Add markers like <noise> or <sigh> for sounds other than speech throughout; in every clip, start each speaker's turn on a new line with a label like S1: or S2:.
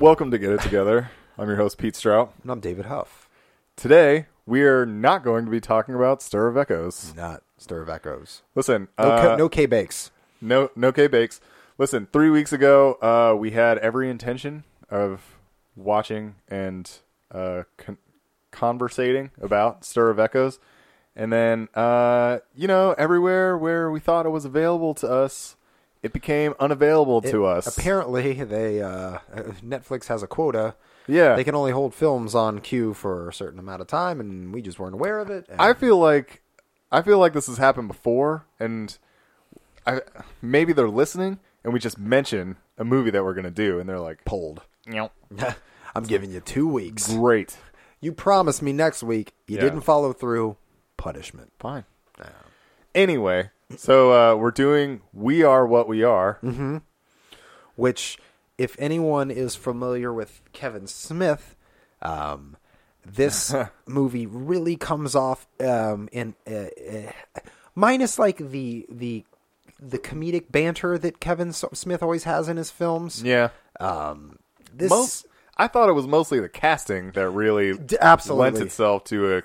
S1: Welcome to Get It Together. I'm your host, Pete Strout.
S2: And I'm David Huff,
S1: Today, we are not going to be talking about Stir of Echoes.
S2: not Stir of Echoes.
S1: Listen,
S2: No,
S1: uh,
S2: K- no K bakes.
S1: no, no K Bakes. Listen, three weeks ago, uh, we had every intention of watching and uh, con- conversating about Stir of Echoes. And then, uh, you know, everywhere where we thought it was available to us, it became unavailable to us.
S2: Apparently, they uh, Netflix has a quota.
S1: yeah.
S2: They can only hold films on queue for a certain amount of time, and we just weren't aware of it. and-
S1: I feel like I feel like this has happened before, and I maybe they're listening, and we just mention a movie that we're gonna do, and they're like, "Pulled,
S2: <laughs> I'm giving you two weeks.
S1: great,
S2: You promised me next week. You
S1: Yeah.
S2: didn't follow through. Punishment.
S1: fine." Anyway, so uh, we're doing "We Are What We Are."
S2: Mm-hmm. which if anyone is familiar with Kevin Smith, um,
S1: <laughs>
S2: this movie really comes off um, in uh, uh, minus like the the the comedic banter that Kevin S- Smith always has in his films.
S1: Yeah,
S2: Um, this
S1: most I thought it was mostly the casting that really
S2: D- absolutely.
S1: lent itself to a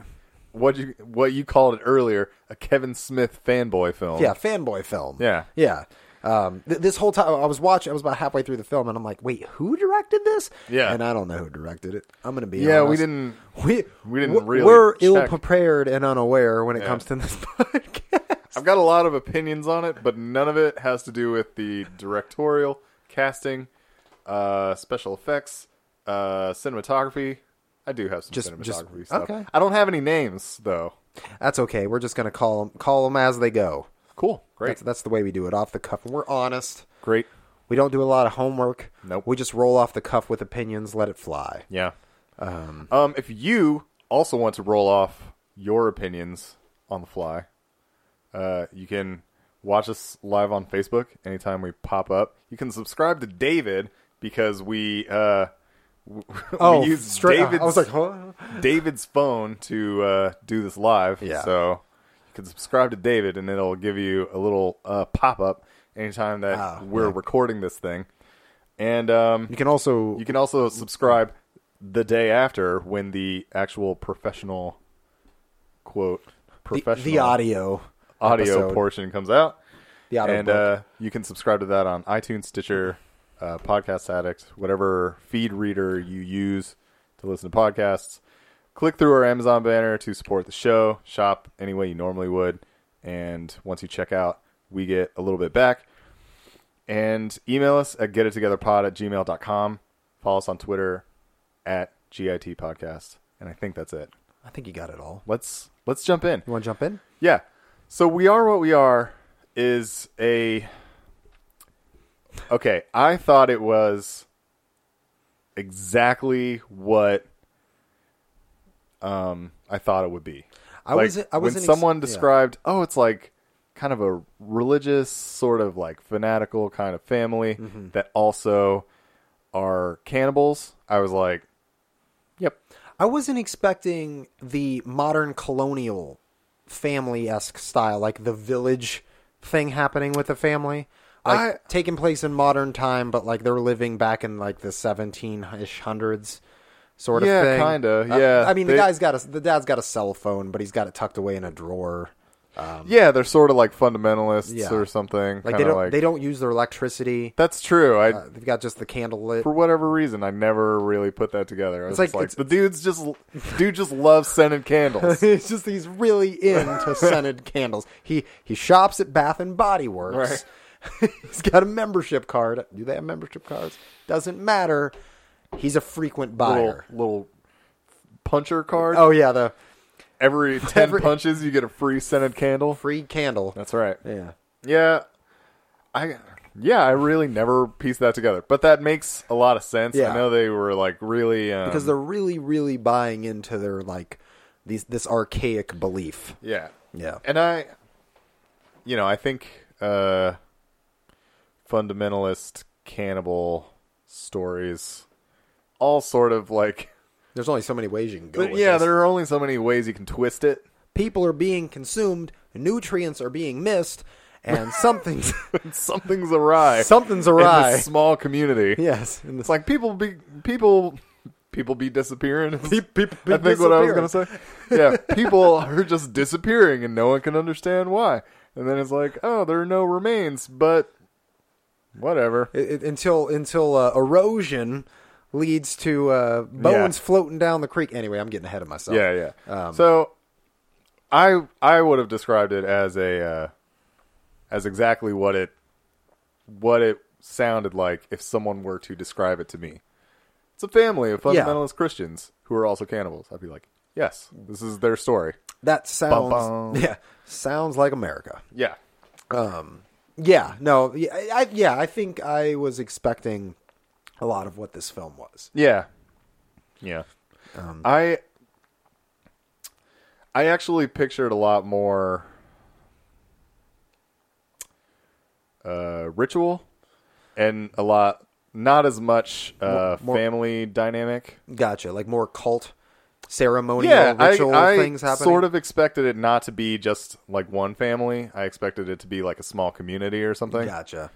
S1: what you what you called it earlier a Kevin Smith fanboy film.
S2: yeah fanboy film
S1: Yeah.
S2: yeah. Um, th- this whole time I was watching, I was about halfway through the film, and I'm like, "Wait, who directed this?"
S1: Yeah.
S2: and I don't know who directed it. I'm gonna be
S1: yeah, we
S2: honest.
S1: didn't.
S2: we
S1: We didn't
S2: w-
S1: really
S2: we're
S1: check.
S2: ill prepared and unaware when it
S1: Yeah.
S2: comes to this <laughs> podcast.
S1: I've got a lot of opinions on it, but none of it has to do with the directorial, casting, uh, special effects, uh, cinematography. I do have some
S2: Just-
S1: cinematography
S2: just-
S1: stuff.
S2: okay.
S1: I don't have any names though.
S2: That's okay. We're just gonna call them as they go.
S1: Cool, great,
S2: That's, that's the way we do it, off the cuff. We're honest.
S1: great.
S2: We don't do a lot of homework.
S1: Nope.
S2: We just roll off the cuff with opinions. Let it fly.
S1: Yeah. Um, if you also want to roll off your opinions on the fly, uh, you can watch us live on Facebook anytime we pop up. You can subscribe to David because we uh, <laughs> w- we use David's
S2: Oh, I was like, <laughs> huh?
S1: David's phone to uh, do this live.
S2: Yeah.
S1: So you can subscribe to David, and it'll give you a little uh, pop up anytime that
S2: Ah,
S1: we're recording this thing. And um,
S2: You can also.
S1: you can also subscribe the day after when the actual professional quote
S2: the-
S1: professional
S2: the, audio.
S1: audio
S2: episode.
S1: portion comes out.
S2: The audio.
S1: and
S2: book.
S1: uh, you can subscribe to that on iTunes, Stitcher, uh, Podcast Addict, whatever feed reader you use to listen to podcasts. Click through our Amazon banner to support the show. Shop any way you normally would, and once you check out, we get a little bit back. And email us at getittogetherpod at gmail.com. Follow us on Twitter at GIT Podcast. And I think that's it.
S2: I think you got it all.
S1: Let's let's jump in.
S2: You want to jump in?
S1: Yeah. So we are what we are is a Okay, I thought it was exactly what um I thought it would be.
S2: I
S1: Like,
S2: wasn't- I
S1: when
S2: wasn't ex-
S1: someone
S2: yeah.
S1: described, "Oh, it's like kind of a religious sort of like fanatical kind of family
S2: Mm-hmm.
S1: that also are cannibals." I was like,
S2: Yep. I wasn't expecting the modern colonial family esque style, like the village thing happening with the family. Like
S1: I-
S2: taking place in modern time, but like they're living back in like the seventeen ish hundreds sort
S1: Yeah,
S2: of thing.
S1: kinda,
S2: Uh,
S1: yeah.
S2: I mean
S1: They-
S2: the guy's got a the dad's got a cell phone, but he's got it tucked away in a drawer.
S1: "Yeah, they're sort of like fundamentalists
S2: Um, Yeah.
S1: or something."
S2: Like
S1: kinda
S2: they don't
S1: like
S2: they don't use their electricity.
S1: That's true. I
S2: Uh, they've got just the candle lit.
S1: for whatever reason, I never really put that together. I was
S2: It's like-
S1: just like,
S2: it's-
S1: the dude's just dude just loves scented
S2: <laughs>
S1: candles.
S2: it's just he's really into
S1: <laughs>
S2: scented candles. He he shops at Bath and Body Works. <laughs> he's got a membership card. Do they have membership cards? Doesn't matter. He's a frequent
S1: little,
S2: buyer.
S1: little puncher card.
S2: Oh yeah, the <laughs>
S1: every ten
S2: every-
S1: punches, you get a free scented candle.
S2: free candle.
S1: That's right.
S2: yeah.
S1: Yeah, I yeah, I really never pieced that together, but that makes a lot of sense.
S2: Yeah.
S1: I know they were like really um,
S2: Because they're really really buying into their like these this archaic belief.
S1: yeah
S2: Yeah.
S1: and I, you know, I think uh, fundamentalist cannibal stories all sort of like
S2: There's only so many ways you can go.
S1: But
S2: with
S1: yeah,
S2: this.
S1: there are only so many ways you can twist it. <laughs>
S2: people are being consumed, nutrients are being missed,
S1: <laughs>
S2: and something's
S1: Something's awry.
S2: something's
S1: in
S2: awry.
S1: this small community.
S2: yes, in
S1: It's like people be people people be disappearing.
S2: <laughs> people,
S1: I think what I was gonna say. Yeah, people are just disappearing, and no one can understand why. And then it's like, oh, there are no remains, but whatever.
S2: It- it- until until uh, erosion leads to uh, bones floating down the creek. Anyway, I'm getting ahead of myself.
S1: Yeah,
S2: Um,
S1: yeah. so I I would have described it as a uh, as exactly what it what it sounded like if someone were to describe it to me. It's a family of
S2: Yeah.
S1: fundamentalist Christians who are also cannibals. I'd be like, yes, this is their story.
S2: that sounds
S1: Bum-bum.
S2: <laughs> yeah sounds like America. Um,
S1: Yeah,
S2: Yeah, no, yeah, I, I- yeah, I think I was expecting a lot of what this film was.
S1: yeah, yeah.
S2: Um,
S1: I I actually pictured a lot more uh, ritual and a lot not as much uh,
S2: more-
S1: family dynamic.
S2: Gotcha, like more cult ceremonial
S1: Yeah, I,
S2: ritual
S1: I
S2: things happening.
S1: sort of expected it not to be just like one family. I expected it to be like a small community or something.
S2: Gotcha.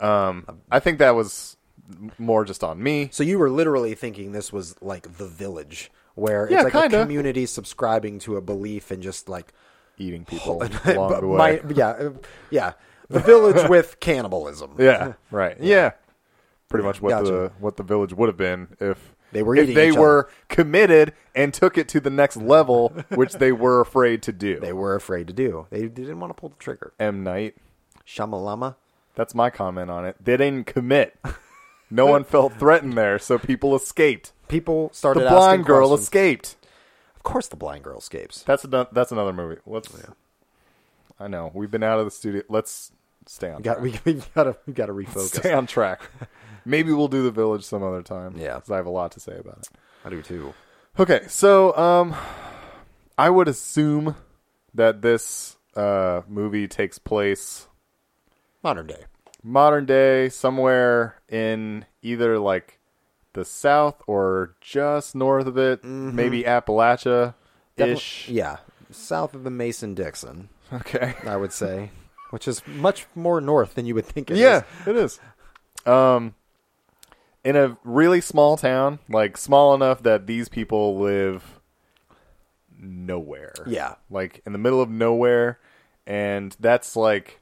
S1: I think that was m- more just on me.
S2: So you were literally thinking this was like the village, where
S1: Yeah,
S2: it's like
S1: kinda.
S2: a community subscribing to a belief and just like
S1: Eating people along
S2: <laughs> but
S1: the way.
S2: my- yeah, uh, yeah, the village with cannibalism.
S1: <laughs> Yeah, right. Yeah. Pretty much what
S2: Gotcha.
S1: the what the village would have been if
S2: They were
S1: if
S2: eating
S1: they
S2: each
S1: were committed and took it to the next
S2: <laughs>
S1: level, which they were afraid to do.
S2: they were afraid to do. They didn't want to pull the trigger.
S1: M Night.
S2: Shamalama.
S1: That's my comment on it. They didn't commit.
S2: <laughs>
S1: No one felt threatened there, so people escaped.
S2: People started
S1: The
S2: asking
S1: blind girl
S2: questions.
S1: escaped.
S2: Of course, the blind girl escapes.
S1: That's another, that's another movie. Let's. I know we've been out of the studio. Let's stay on.
S2: We <laughs> got
S1: track.
S2: we, we gotta we gotta refocus.
S1: <laughs> stay on track. Maybe we'll do the village some other time.
S2: Yeah.
S1: 'cause I have a lot to say about it.
S2: I do too.
S1: Okay, so um, I would assume that this uh, movie takes place
S2: Modern day.
S1: modern day, somewhere in either like the South or just north of it,
S2: Mm-hmm.
S1: maybe Appalachia ish.
S2: Defi- Yeah. South of the Mason Dixon,
S1: Okay,
S2: I would say. Which is much more north than you would think <laughs> it is.
S1: yeah, it is. Um, in a really small town, like small enough that these people live nowhere.
S2: Yeah.
S1: like in the middle of nowhere and that's like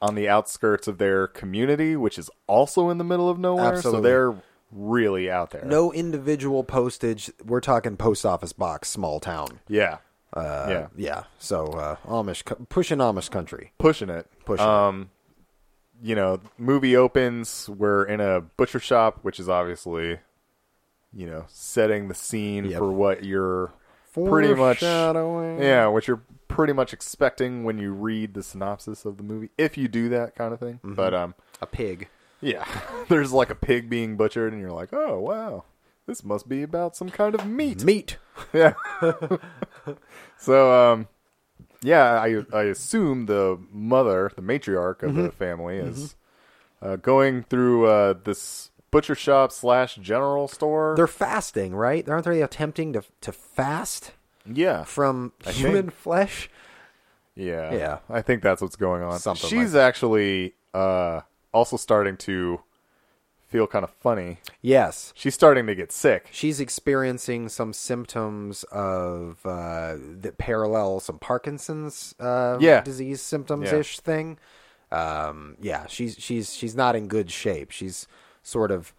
S1: on the outskirts of their community which is also in the middle of nowhere so
S2: Absolutely.
S1: they're really out there
S2: No individual postage. We're talking post office box, small town.
S1: yeah
S2: Uh,
S1: yeah
S2: Yeah. So uh, Amish, co- pushing Amish country.
S1: pushing it
S2: Pushing it.
S1: um you know movie opens we're in a butcher shop which is obviously you know setting the scene
S2: Yep.
S1: for what you're pretty much
S2: Foreshadowing.
S1: yeah what you're pretty much expecting when you read the synopsis of the movie if you do that kind of thing
S2: Mm-hmm.
S1: but um
S2: A pig.
S1: Yeah. <laughs> There's like a pig being butchered, and you're like, oh, wow. This must be about some kind of meat.
S2: Meat.
S1: Yeah. so, um, yeah, I, I assume the mother, the matriarch of
S2: Mm-hmm.
S1: the family, is uh, going through uh, this butcher shop slash general store.
S2: They're fasting, right? Aren't they attempting to to fast
S1: yeah.
S2: from
S1: I
S2: human
S1: think.
S2: flesh?
S1: Yeah.
S2: Yeah.
S1: I think that's what's going on.
S2: Something
S1: She's actually uh, also starting to feel kind of funny.
S2: Yes.
S1: She's starting to get sick.
S2: she's experiencing some symptoms of uh, that parallel some Parkinson's uh,
S1: Yeah.
S2: disease symptoms ish thing. Um, yeah, she's she's she's not in good shape. She's sort of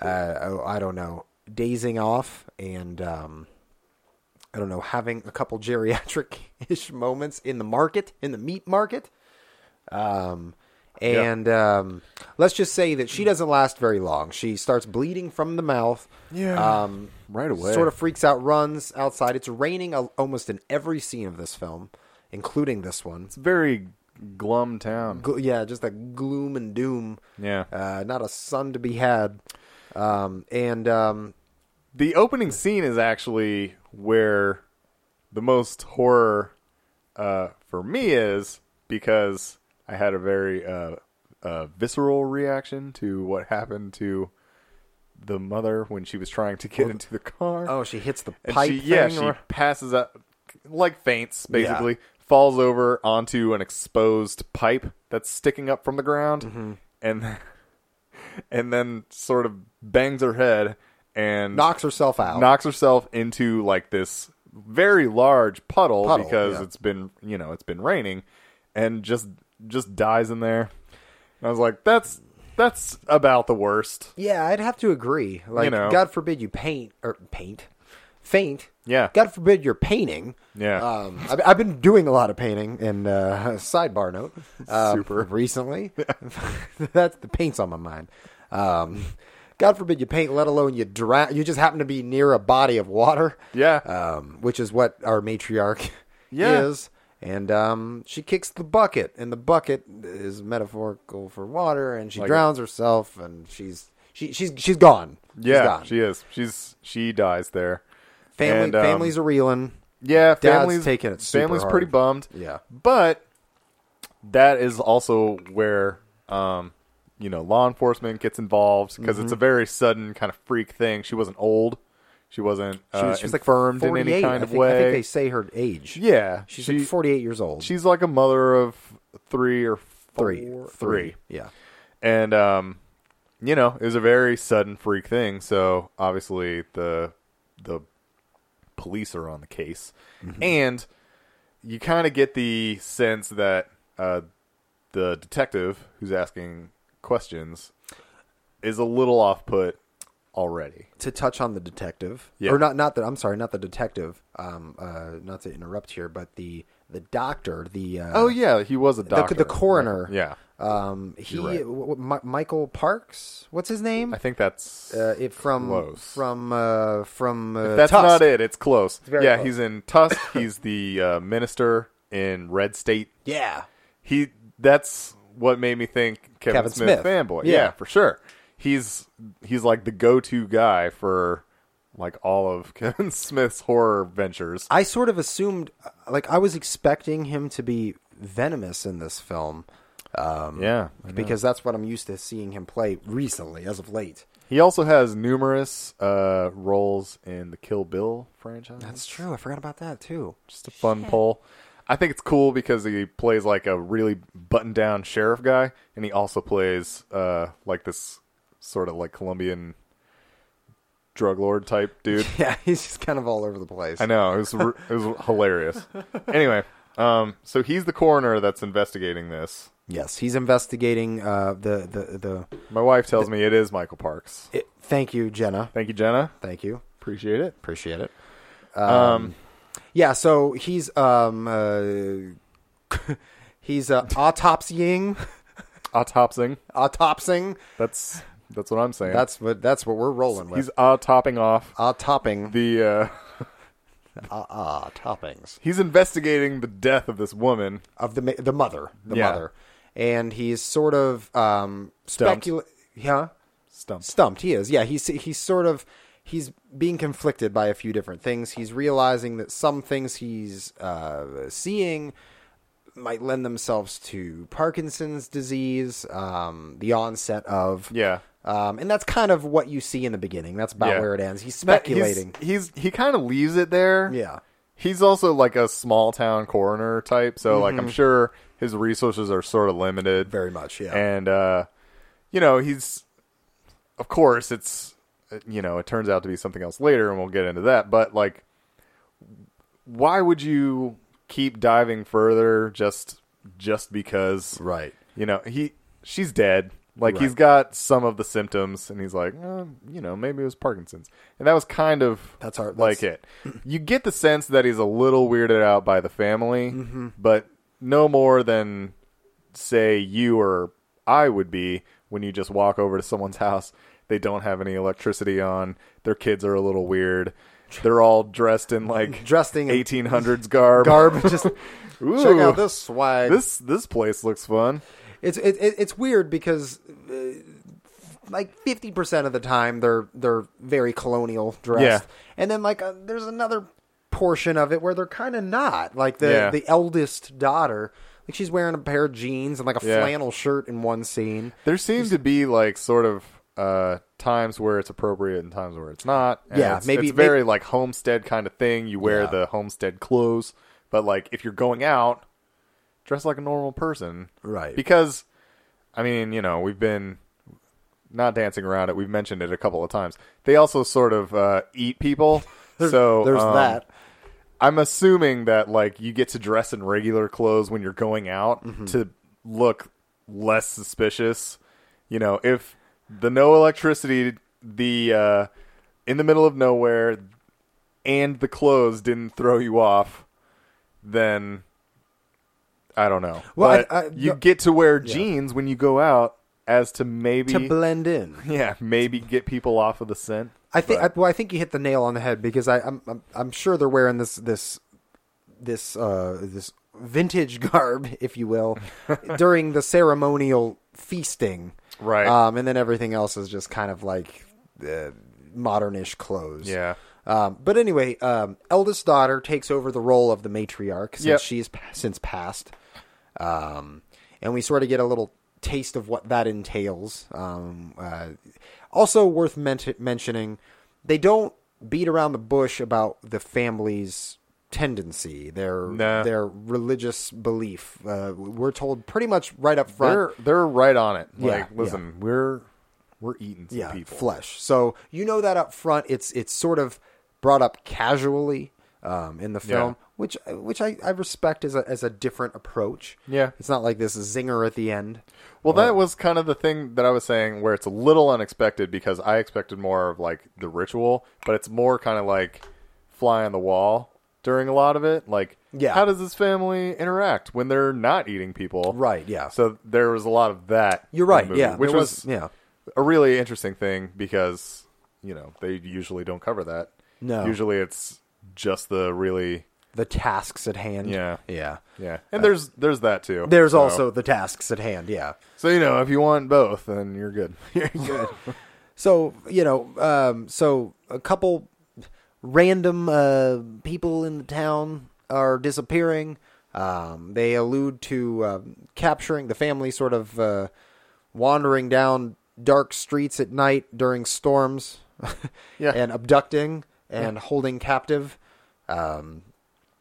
S2: uh, oh, I don't know dazing off and um, I don't know having a couple geriatric ish <laughs> moments in the market in the meat market. Um, and um, let's just say that she doesn't last very long. She starts bleeding from the mouth.
S1: Yeah.
S2: Um,
S1: Right away.
S2: Sort of freaks out, runs outside. It's raining al- almost in every scene of this film, including this one.
S1: It's very glum town.
S2: Gl- yeah, just that gloom and doom.
S1: Yeah.
S2: Uh, not a sun to be had. Um, and um,
S1: the opening scene is actually where the most horror uh, for me is because I had a very uh, uh, visceral reaction to what happened to the mother when she was trying to get into the car.
S2: oh, she hits the
S1: and
S2: pipe.
S1: she, yeah,
S2: thing
S1: she
S2: or-
S1: passes out, like faints basically, falls over onto an exposed pipe that's sticking up from the ground,
S2: Mm-hmm.
S1: and <laughs> and then sort of bangs her head and
S2: knocks herself out.
S1: knocks herself into like this very large puddle,
S2: Puddle,
S1: because
S2: yeah.
S1: it's been you know it's been raining and just just dies in there And i was like that's that's about the worst
S2: yeah, I'd have to agree. Like,
S1: know.
S2: God forbid you paint or paint, faint.
S1: yeah
S2: God forbid you're painting.
S1: Yeah.
S2: Um, I've, I've been doing a lot of painting, and uh, <laughs> sidebar note, uh,
S1: Super. <laughs>
S2: recently. <laughs> That's the paint's on my mind. Um, God forbid you paint, let alone you drown. You just happen to be near a body of water.
S1: Yeah.
S2: Um, which is what our matriarch
S1: Yeah.
S2: is. And um, she kicks the bucket, and the bucket is metaphorical for water, and she
S1: Like-
S2: drowns herself, and she's she, she's she's gone. She's
S1: yeah
S2: gone.
S1: she is she's she dies there
S2: Family,
S1: And, um,
S2: families are reeling.
S1: yeah
S2: Dad's
S1: family's
S2: taking it super
S1: family's
S2: hard.
S1: pretty bummed
S2: Yeah.
S1: but that is also where um you know law enforcement gets involved because it's a
S2: Mm-hmm.
S1: very sudden kind of freak thing she wasn't old she wasn't
S2: She
S1: uh,
S2: was, she was like
S1: infirmed in
S2: 48,
S1: any kind
S2: I
S1: of
S2: think,
S1: way
S2: I think they say her age.
S1: Yeah,
S2: she's
S1: she-
S2: like 48 years old.
S1: She's like a mother of three or four,
S2: three,
S1: three.
S2: Yeah,
S1: and um, you know, it was a very sudden freak thing. So obviously the the police are on the case,
S2: Mm-hmm.
S1: and you kind of get the sense that uh, the detective who's asking questions is a little off put already.
S2: to touch on the detective,
S1: Yeah.
S2: or not? Not that I'm sorry, not the detective. Um, uh, not to interrupt here, but the the doctor, the uh,
S1: Oh yeah, he was a doctor.
S2: the coroner.
S1: Right. Yeah,
S2: um, he
S1: You're right.
S2: w- w- Mi- Michael Parks. What's his name?
S1: I think that's
S2: uh, it from
S1: Close.
S2: from uh, from uh,
S1: That's
S2: Tusk.
S1: not it. It's close.
S2: very
S1: yeah,
S2: close.
S1: he's in Tusk. he's the uh, minister in Red State.
S2: Yeah,
S1: He. That's what made me think Kevin,
S2: Kevin
S1: Smith,
S2: Smith.
S1: fanboy. Yeah.
S2: Yeah.
S1: for sure. He's he's like the go-to guy for like all of <laughs> Kevin Smith's horror ventures.
S2: I sort of assumed, uh, like I was expecting him to be venomous in this film. Um,
S1: yeah,
S2: because that's what I'm used to seeing him play recently, as of late.
S1: he also has numerous uh, roles in the Kill Bill franchise.
S2: That's true. I forgot about that too.
S1: just a fun poll. I think it's cool because he plays like a really button down sheriff guy, and he also plays uh, like this sort of like Colombian drug lord type dude.
S2: <laughs> Yeah, he's just kind of all over the place.
S1: I know it was r- it was hilarious. Anyway, um, so he's the coroner that's investigating this.
S2: Yes, he's investigating uh, the the the.
S1: My wife tells me it is Michael Parks.
S2: It, thank you, Jenna.
S1: Thank you, Jenna.
S2: Thank you.
S1: Appreciate it.
S2: Appreciate it.
S1: Um,
S2: Yeah, so he's um uh, <laughs> he's uh, autopsying, <laughs>
S1: autopsying.
S2: autopsying.
S1: That's that's what I'm saying.
S2: That's what that's what we're rolling with.
S1: he's uh, topping off
S2: autopping
S1: the. Uh,
S2: ah ah toppings
S1: he's investigating the death of this woman.
S2: of the ma- the mother, the
S1: Yeah.
S2: mother, and he's sort of um
S1: Stumped.
S2: specula- yeah,
S1: Stump.
S2: stumped he is yeah he's he's sort of he's being conflicted by a few different things he's realizing that some things he's uh, seeing might lend themselves to parkinson's disease um, the onset of
S1: Yeah.
S2: um, and that's kind of what you see in the beginning that's about
S1: Yeah.
S2: where it ends he's
S1: That- he's-
S2: speculating
S1: He's, he kind of leaves it there.
S2: yeah
S1: He's also like a small town coroner type, so like I'm sure his resources are sort of limited.
S2: very much yeah
S1: And uh you know, he's of course it's you know, it turns out to be something else later and we'll get into that, but like why would you keep diving further just just because
S2: right
S1: you know he she's dead like
S2: Right.
S1: he's got some of the symptoms and he's like "Eh, you know maybe it was parkinson's and that was kind of
S2: That's our-
S1: like it you get the sense that he's a little weirded out by the family
S2: Mm-hmm.
S1: but no more than say you or i would be when you just walk over to someone's house they don't have any electricity on their kids are a little weird they're all dressed in like
S2: Dressed in-
S1: 1800s garb <laughs>
S2: garb just check
S1: Ooh,
S2: out this swag
S1: this this place looks fun
S2: It's it, it, it's weird because uh, like fifty percent of the time they're they're very colonial dressed, and then like uh, there's another portion of it where they're kind of not. Like the
S1: Yeah.
S2: the eldest daughter, like she's wearing a pair of jeans and like a
S1: Yeah.
S2: flannel shirt in one scene.
S1: There seem to be like sort of uh, times where it's appropriate and times where it's not. and
S2: Yeah,
S1: it's,
S2: maybe-
S1: it's very like homestead kind of thing. You wear
S2: Yeah.
S1: the homestead clothes But like if you're going out, dress like a normal person.
S2: Right.
S1: Because I mean, you know, we've been not dancing around it. We've mentioned it a couple of times. They also sort of uh, eat people.
S2: <laughs> There's-
S1: so
S2: there's
S1: um,
S2: that.
S1: I'm assuming that like you get to dress in regular clothes when you're going out
S2: Mm-hmm.
S1: to look less suspicious. You know, if the no electricity, the uh, in the middle of nowhere, and the clothes didn't throw you off, then I don't know.
S2: Well, I-
S1: but
S2: I-
S1: you
S2: the-
S1: get to wear jeans when you go out, as to maybe
S2: to blend in.
S1: <laughs> yeah, maybe get people off of the scent.
S2: I think.
S1: but-
S2: I, well, I think you hit the nail on the head because I, I'm, I'm I'm sure they're wearing this this this uh, this vintage <laughs> garb, if
S1: <laughs>
S2: you will, during the ceremonial feasting,
S1: Right.
S2: Um, and then everything else is just kind of like uh, modernish clothes.
S1: yeah.
S2: Um, but anyway, um, eldest daughter takes over the role of the matriarch since
S1: Yep.
S2: she's pa- since passed, um, and we sort of get a little taste of what that entails. Um, uh, also worth men- mentioning, they don't beat around the bush about the family's tendency, their
S1: Nah.
S2: their religious belief. Uh, we're told pretty much right up front.
S1: They're they're right on it.
S2: Yeah,
S1: Like, listen, we're we're eating some
S2: yeah,
S1: people.
S2: flesh. So you know that up front. It's it's sort of brought up casually um, in the film, which which I, I respect as a as a different approach.
S1: Yeah.
S2: it's not like this zinger at the end.
S1: well, that was kind of the thing that I was saying, where it's a little unexpected because I expected more of like the ritual, but it's more kind of like fly on the wall during a lot of it. Like,
S2: Yeah.
S1: how does this family interact when they're not eating people?
S2: Right, yeah.
S1: So there was a lot of that.
S2: You're
S1: in the
S2: right.
S1: movie,
S2: yeah,
S1: Which
S2: there
S1: was
S2: yeah.
S1: a really interesting thing because you know they usually don't cover that.
S2: No.
S1: Usually it's just the really
S2: The tasks at hand.
S1: Yeah.
S2: yeah.
S1: yeah, and there's there's that too.
S2: There's
S1: So-
S2: also the tasks at hand. Yeah.
S1: So you know, if you want both, then you're good. <laughs> You're good.
S2: So you know, um, so a couple random uh, people in the town are disappearing. Um, they allude to uh, capturing the family, sort of uh, wandering down dark streets at night during storms,
S1: Yeah.
S2: and abducting and holding captive. Um,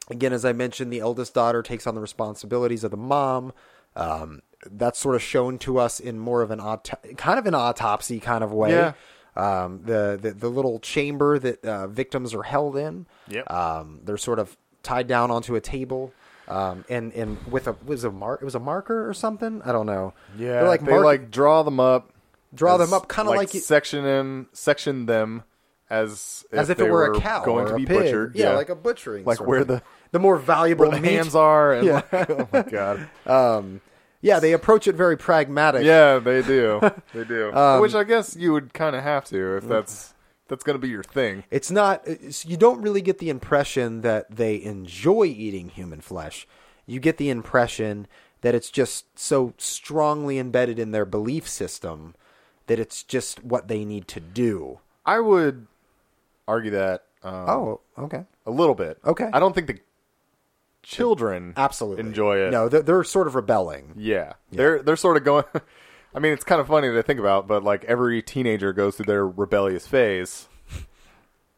S2: again, as I mentioned, the eldest daughter takes on the responsibilities of the mom. Um, that's sort of shown to us in more of an auto- kind of an autopsy kind of way.
S1: Yeah.
S2: Um, the, the the little chamber that uh, victims are held in.
S1: Yep.
S2: Um, they're sort of tied down onto a table. Um, and, and with a was a mark it was a marker or something I don't know
S1: Yeah,
S2: They're
S1: like they
S2: mark-
S1: like draw them up,
S2: Draw them
S1: as-
S2: up kinda like you-
S1: section them, section them as if
S2: as if,
S1: they
S2: it were a cow
S1: going
S2: or
S1: to
S2: a
S1: be
S2: pig.
S1: butchered.
S2: yeah, like a butchering
S1: Like
S2: sort of
S1: where
S2: thing.
S1: the-
S2: the more valuable
S1: where the
S2: meat-
S1: hands are. And yeah. <laughs> oh my
S2: <laughs>
S1: god.
S2: yeah they approach it very pragmatic
S1: Yeah, they do. They do.
S2: um,
S1: Which I guess you would kind of have to if that's that's going to be your thing.
S2: It's not. It's, you don't really get the impression that they enjoy eating human flesh. You get the impression that it's just so strongly embedded in their belief system that it's just what they need to do.
S1: I would argue that um,
S2: Oh, okay.
S1: a little bit.
S2: Okay.
S1: I don't think the children
S2: Absolutely.
S1: enjoy it.
S2: No, they're, they're sort of rebelling.
S1: Yeah. They're they're sort of going <laughs> I mean, it's kind of funny to think about, but like every teenager goes through their rebellious phase.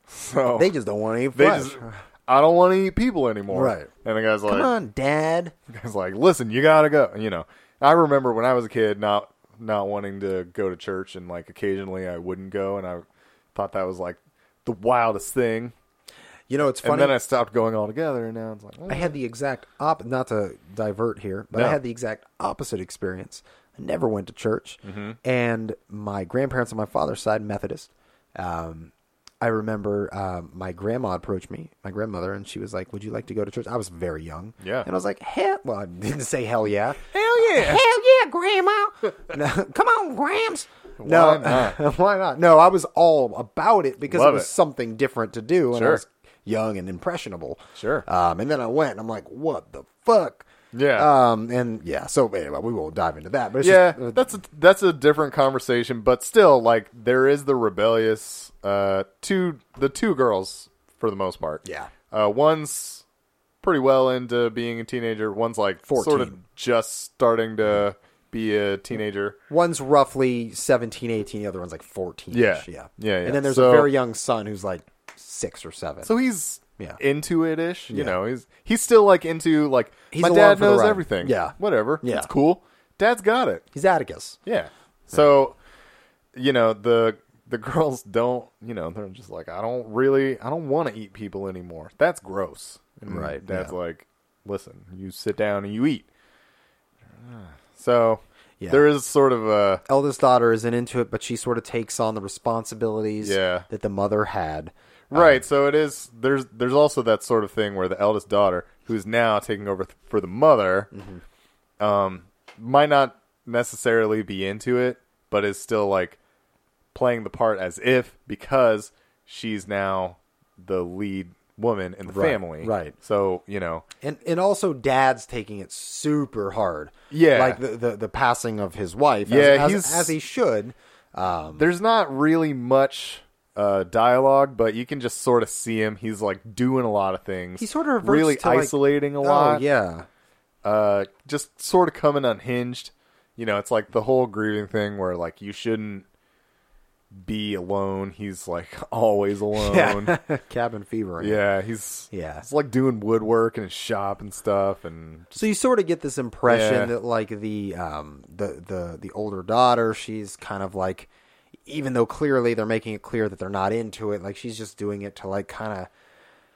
S1: So
S2: They just don't want to eat
S1: Oh. they
S2: flesh.
S1: just I don't want to eat people anymore.
S2: Right.
S1: And the guy's <laughs>
S2: Come
S1: like
S2: on, Dad.
S1: guy's like, "Listen, you got to go." You know. I remember when I was a kid not not wanting to go to church and like occasionally I wouldn't go and I thought that was like the wildest thing.
S2: You know, it's
S1: And
S2: funny.
S1: then I stopped going altogether and now it's like,
S2: I
S1: "Oh."
S2: had the exact op. Not to divert here, but
S1: No.
S2: I had the exact opposite experience. I never went to church,
S1: Mm-hmm.
S2: and my grandparents on my father's side Methodist. Um, I remember um, my grandma approached me, my grandmother, and she was like, "Would you like to go to church?" I was very young,
S1: Yeah.
S2: and I was like, "Hell!" Well, I didn't say hell yeah.
S1: "Hell yeah."
S2: <laughs> Hell yeah, Grandma! No, <laughs> come on, Grams.
S1: Why
S2: No, <laughs>
S1: not?
S2: why not? No, I was all about it because
S1: Love
S2: it was
S1: it.
S2: something different to do, and I
S1: Sure.
S2: was young and impressionable.
S1: Sure.
S2: Um, and then I went, and I'm like, what the fuck?
S1: Yeah.
S2: Um, and yeah. So anyway, we won't dive into that. But it's
S1: yeah,
S2: just,
S1: that's a, that's a different conversation, but still, like there is the rebellious uh, two the two girls for the most part.
S2: Yeah.
S1: uh, one's pretty well into being a teenager. One's like sort of
S2: 14.
S1: just starting to be a teenager.
S2: one's roughly 17, 18. The other one's like 14.
S1: Yeah.
S2: yeah,
S1: Yeah, yeah.
S2: And then there's
S1: So-
S2: a very young son who's like six or seven.
S1: So he's
S2: Yeah.
S1: into it ish. You
S2: Yeah.
S1: know, he's he's still like into like
S2: He's
S1: my
S2: along
S1: dad
S2: for the
S1: knows
S2: ride.
S1: everything.
S2: Yeah.
S1: whatever.
S2: Yeah.
S1: it's cool. Dad's got it.
S2: He's Atticus.
S1: Yeah. So, you know the the girls don't. You know they're just like I don't really I don't want to eat people anymore. That's gross. And
S2: Right,
S1: Dad's
S2: yeah.
S1: like, listen, you sit down and you eat. Ah. So
S2: Yeah.
S1: there is sort of a
S2: Eldest daughter isn't into it, but she sort of takes on the responsibilities
S1: Yeah.
S2: that the mother had.
S1: right. so it is. There's there's also that sort of thing where the eldest daughter, who's now taking over th- for the mother,
S2: Mm-hmm.
S1: um, might not necessarily be into it, but is still like playing the part as if because she's now the lead woman in the
S2: Right,
S1: family.
S2: right.
S1: So you know,
S2: And and also dad's taking it super hard.
S1: Yeah.
S2: Like the, the, the passing of his wife. as-
S1: Yeah,
S2: as,
S1: he's-
S2: as he should. Um,
S1: there's not really much uh, dialogue, but you can just sort of see him. He's like doing a lot of things.
S2: He sort of reverts
S1: really
S2: to, like,
S1: isolating a lot.
S2: Oh yeah.
S1: uh, just sort of coming unhinged. You know, it's like the whole grieving thing where like you shouldn't be alone. He's like <laughs> always
S2: <laughs>
S1: alone. Yeah,
S2: Cabin fever.
S1: he's
S2: Yeah.
S1: It's like doing woodwork in his shop and stuff, and
S2: So you sort of get this impression
S1: Yeah.
S2: that like the um the the the older daughter, she's kind of like even though clearly they're making it clear that they're not into it, like she's just doing it to like kind of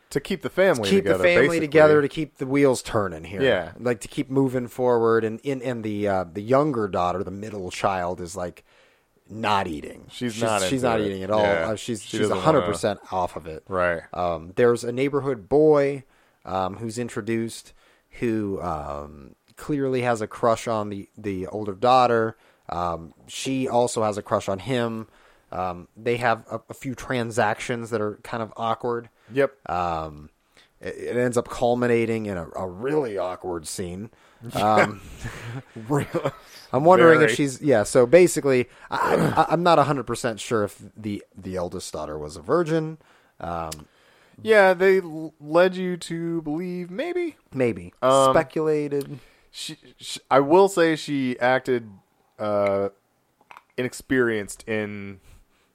S1: to keep the family
S2: keep
S1: together,
S2: the family
S1: basically.
S2: together to keep the wheels turning here.
S1: Yeah.
S2: like to keep moving forward. And in and the uh, the younger daughter, the middle child, is like not eating.
S1: She's not
S2: She's
S1: into
S2: not
S1: it.
S2: eating at all.
S1: Yeah.
S2: Uh, she's
S1: She
S2: she's
S1: doesn't
S2: hundred percent off of it.
S1: Right.
S2: Um, there's a neighborhood boy um, who's introduced who um, clearly has a crush on the the older daughter. Um, she also has a crush on him. Um, they have a, a few transactions that are kind of awkward
S1: Yep.
S2: um, it, it ends up culminating in a, a really
S1: <laughs>
S2: awkward scene. Um, I'm wondering
S1: Very.
S2: if she's yeah. So basically, I, I, I'm not 100 percent sure if the the eldest daughter was a virgin. Um,
S1: yeah, they l- led you to believe maybe
S2: maybe
S1: Um,
S2: speculated.
S1: she, she I will say she acted uh inexperienced in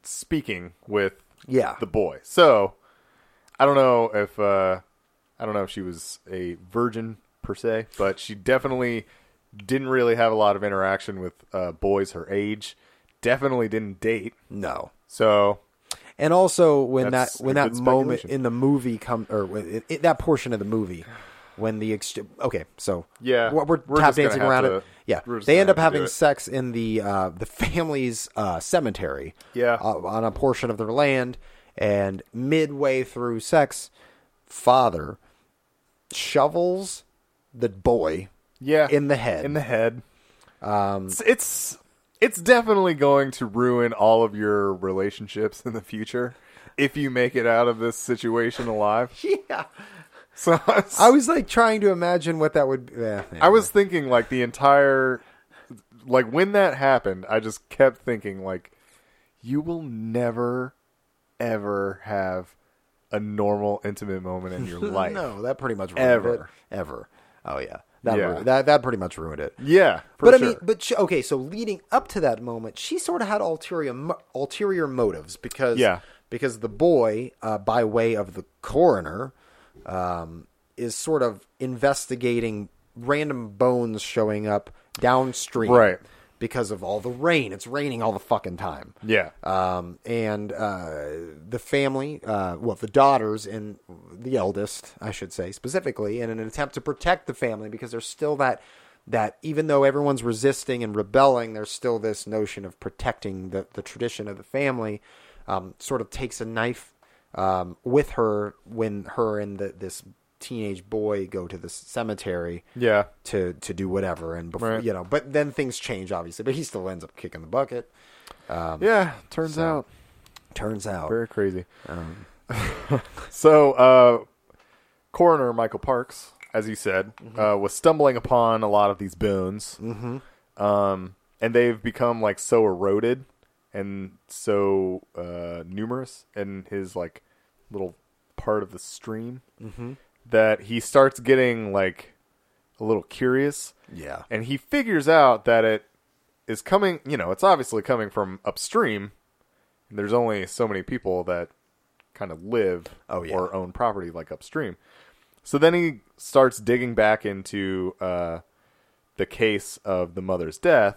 S1: speaking with
S2: Yeah.
S1: the boy. So I don't know if uh I don't know if she was a virgin per se, but she definitely didn't really have a lot of interaction with uh boys her age. Definitely didn't date.
S2: No.
S1: So
S2: And also when
S1: That's
S2: that when
S1: a
S2: that
S1: good
S2: moment
S1: speculation.
S2: in the movie come or when, it, it- that portion of the movie when the ex- okay so
S1: Yeah,
S2: we're, we're,
S1: we're
S2: tap
S1: just gonna
S2: dancing
S1: have
S2: around
S1: to-
S2: it yeah
S1: we're just
S2: they
S1: gonna
S2: end up
S1: have to do
S2: having
S1: it.
S2: sex in the uh, the <laughs> family's uh, cemetery
S1: Yeah.
S2: uh, on a portion of their land and midway through sex father shovels the boy
S1: yeah,
S2: in the head
S1: in the head. Um it's, it's it's definitely going to ruin all of your relationships in the future if you make it out of this situation alive.
S2: <laughs> yeah
S1: So
S2: I was like trying to imagine what that would eh, yeah,
S1: I was thinking like the entire like when that happened, I just kept thinking like you will never ever have a normal intimate moment in your life.
S2: <laughs> No, that pretty much ruined
S1: Ever.
S2: it. Ever. Oh yeah, that
S1: Yeah.
S2: ru- that that pretty much ruined it.
S1: Yeah, for
S2: but
S1: sure.
S2: I mean, but she, okay, so leading up to that moment, she sort of had ulterior mo- ulterior motives because
S1: Yeah.
S2: because the boy, uh, by way of the coroner, um, is sort of investigating random bones showing up downstream,
S1: Right.
S2: Because of all the rain, it's raining all the fucking time
S1: yeah.
S2: um, and uh, the family, uh, well, the daughters and the eldest, I should say specifically, in an attempt to protect the family because there's still that that even though everyone's resisting and rebelling, there's still this notion of protecting the the tradition of the family. Um, sort of takes a knife um, with her when her and the, this teenage boy go to the cemetery
S1: yeah.
S2: to to do whatever, and before,
S1: Right.
S2: you know, but then things change obviously, but he still ends up kicking the bucket. um,
S1: Yeah, turns out
S2: Turns out, Um,
S1: very crazy. <laughs> so, uh, coroner Michael Parks, as you said,
S2: Mm-hmm.
S1: uh, was stumbling upon a lot of these bones, mm-hmm. um, and they've become like so eroded and so uh, numerous in his like little part of the stream
S2: Mm-hmm.
S1: that he starts getting like a little curious.
S2: Yeah.
S1: and he figures out that it is coming you know it's obviously coming from upstream there's only so many people that kind of live
S2: Oh, yeah.
S1: or own property like upstream. So then he starts digging back into uh, the case of the mother's death,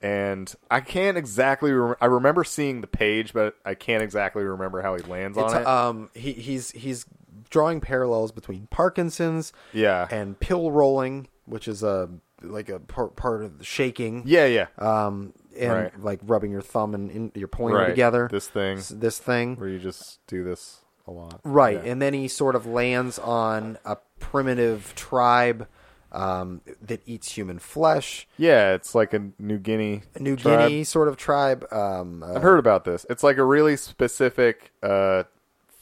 S1: and I can't exactly. Rem- I remember seeing the page, but I can't exactly remember how he lands
S2: It's,
S1: on it.
S2: um, he, he's he's drawing parallels between Parkinson's
S1: yeah,
S2: and pill rolling, which is a like a part part of the shaking.
S1: yeah, yeah.
S2: Um, and
S1: Right.
S2: like rubbing your thumb and in, your pointer
S1: Right.
S2: together.
S1: This thing.
S2: S- this thing.
S1: where you just do this a lot,
S2: Right,
S1: Yeah.
S2: and then he sort of lands on a primitive tribe um, that eats human flesh.
S1: Yeah, it's like a New Guinea.
S2: A New
S1: tribe.
S2: Guinea sort of tribe. Um, uh,
S1: I've heard about this. It's like a really specific uh,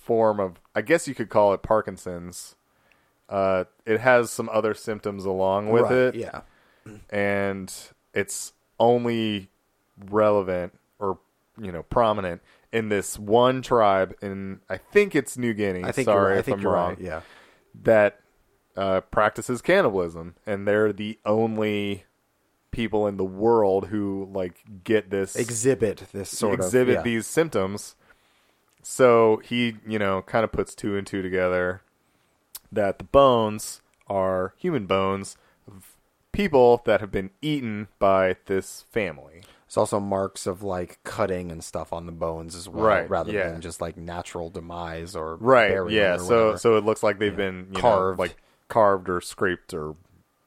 S1: form of, I guess you could call it Parkinson's. Uh, it has some other symptoms along with
S2: right,
S1: it,
S2: Yeah,
S1: and it's only relevant or you know prominent in this one tribe in I think it's New Guinea.
S2: I think
S1: Sorry
S2: you're, I
S1: if
S2: think
S1: I'm
S2: you're
S1: wrong.
S2: right. Yeah,
S1: that uh, practices cannibalism, and they're the only people in the world who like get this
S2: exhibit this sort
S1: exhibit
S2: of yeah.
S1: these symptoms. So he, you know, kind of puts two and two together that the bones are human bones of people that have been eaten by this family.
S2: It's also marks of like cutting and stuff on the bones as well,
S1: Right,
S2: rather
S1: yeah.
S2: than just like natural demise or
S1: Right.
S2: burial
S1: Yeah.
S2: or
S1: So
S2: whatever.
S1: so it looks like they've been you
S2: Carved.
S1: know, like carved or scraped or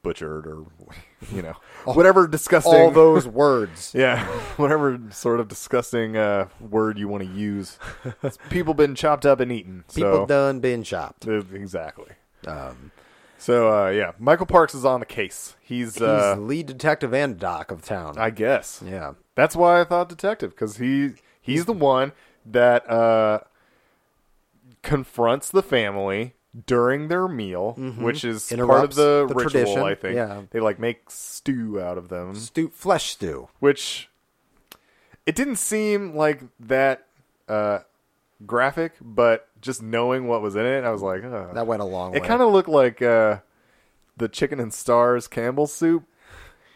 S1: butchered or <laughs> you know whatever disgusting <laughs>
S2: all those words.
S1: Yeah, whatever sort of disgusting uh, word you want to <laughs> use. It's people been chopped up and eaten.
S2: People
S1: So
S2: done been chopped.
S1: Uh, <laughs> exactly.
S2: Um,
S1: So uh, yeah, Michael Parks is on the case. He's,
S2: he's
S1: uh,
S2: the lead detective and doc of town.
S1: I guess,
S2: yeah,
S1: that's why I thought detective because he he's the one that uh, confronts the family during their meal, which is part of
S2: Mm-hmm. Interrupts
S1: the,
S2: the
S1: ritual.
S2: tradition,
S1: I think
S2: yeah.
S1: they like make stew out of them.
S2: stew flesh stew.
S1: which it didn't seem like that uh, graphic, but just knowing what was in it, I was like, oh.
S2: That went a long
S1: it
S2: way.
S1: kind of looked like uh, the chicken and stars Campbell soup,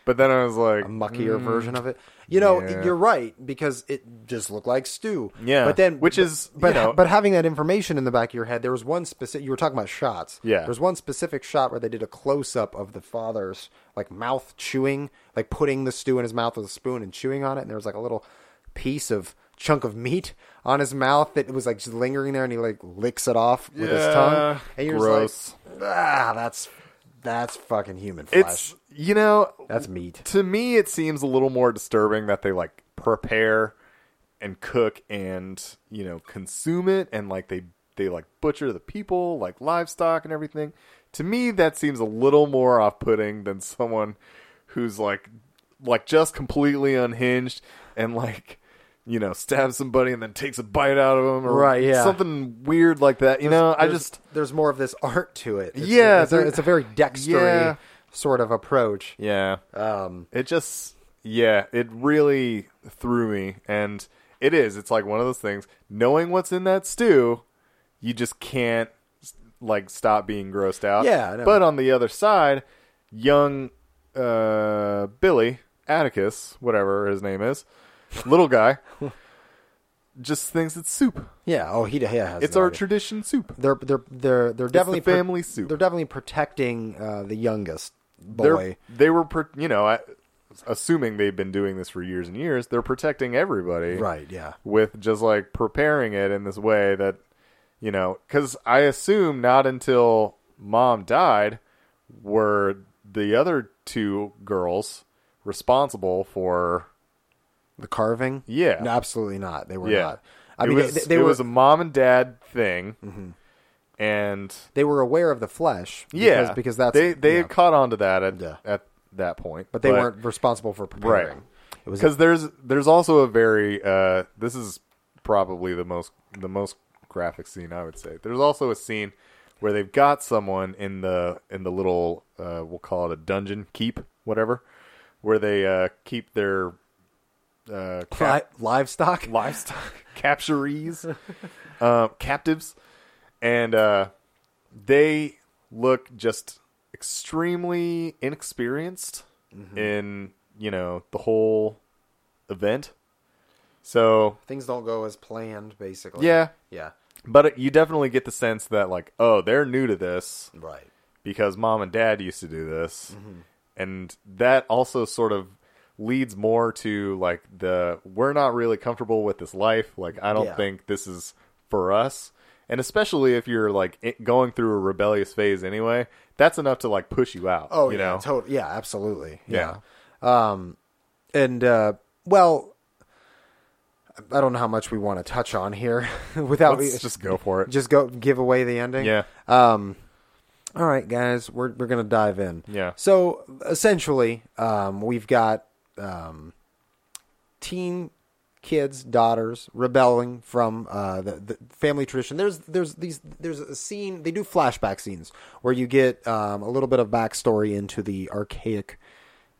S1: but then I was like,
S2: a muckier version of it. You know,
S1: Mm. yeah.
S2: you're right because it just looked like stew.
S1: Yeah,
S2: but then
S1: which is,
S2: but
S1: you know-
S2: but having that information in the back of your head, there was one specific. You were talking about shots.
S1: Yeah.
S2: there was one specific shot where they did a close up of the father's like mouth chewing, like putting the stew in his mouth with a spoon and chewing on it, and there was like a little piece of chunk of meat on his mouth that was like just lingering there, and he like licks it off with his tongue.
S1: Yeah,
S2: And you're
S1: gross.
S2: Just like, ah, that's that's fucking human flesh.
S1: it's you know,
S2: that's meat.
S1: to me, it seems a little more disturbing that they like prepare and cook and you know consume it and like they they like butcher the people like livestock and everything to me that seems a little more off-putting than someone who's like like just completely unhinged and like you know stabs somebody and then takes a bite out of them or
S2: Right, yeah.
S1: something weird like that you know i
S2: there's-
S1: just
S2: there's more of this <laughs> art to it. It's,
S1: Yeah,
S2: it's a,
S1: there-
S2: it's a very dextery
S1: Yeah.
S2: sort of approach.
S1: yeah
S2: Um,
S1: it just yeah it really threw me and it is it's like one of those things knowing what's in that stew you just can't like stop being grossed out
S2: Yeah, I know.
S1: but on the other side young uh billy atticus whatever his name is little
S2: <laughs>
S1: guy just thinks it's soup
S2: yeah. Oh, he yeah has
S1: it's
S2: no
S1: our
S2: idea.
S1: tradition soup
S2: They're they're they're they're definitely pro-
S1: family soup.
S2: They're definitely protecting uh, the youngest
S1: they're,
S2: boy.
S1: they were pro- you know I, assuming they've been doing this for years and years they're protecting everybody
S2: right. Yeah.
S1: with just like preparing it in this way that you know because i assume not until mom died were the other two girls responsible for
S2: The carving.
S1: Yeah.
S2: No, absolutely not. They were
S1: yeah
S2: not. I
S1: It
S2: mean,
S1: was-
S2: they, they
S1: it
S2: were
S1: was a mom and dad thing and
S2: they were aware of the flesh. Because,
S1: yeah
S2: Because that's
S1: they they
S2: yeah.
S1: had caught on to that at,
S2: Yeah.
S1: at that point
S2: but they weren't responsible for preparing.
S1: right
S2: It was
S1: because there's there's also a very uh, this is probably the most the most graphic scene I would say. There's also a scene where they've got someone in the in the little uh, we'll call it a dungeon keep whatever, where they uh, keep their uh,
S2: li-
S1: cap-
S2: livestock. <laughs>
S1: livestock capturees uh, captives, and uh, they look just extremely inexperienced in you know the whole event. So
S2: Things don't go as planned, basically.
S1: yeah,
S2: Oh, Yeah.
S1: But it, you definitely get the sense that like, oh, they're new to this
S2: Right.
S1: because mom and dad used to do this.
S2: Mm-hmm.
S1: And that also sort of leads more to like the we're not really comfortable with this life. Like I don't
S2: Yeah.
S1: think this is for us. And especially if you're like it, going through a rebellious phase anyway, that's enough to like push you out.
S2: Oh,
S1: you
S2: yeah,
S1: know,
S2: totally. Yeah, absolutely.
S1: Yeah.
S2: Um, and uh, well, I don't know how much we want to touch on here <laughs> without
S1: let's just go for it.
S2: just go give away the ending.
S1: Yeah.
S2: Um. All right, guys, we're we're gonna dive in.
S1: Yeah.
S2: So essentially, um, we've got um, teen kids, daughters rebelling from uh, the, the family tradition. There's there's these there's a scene they do flashback scenes where you get um, a little bit of backstory into the archaic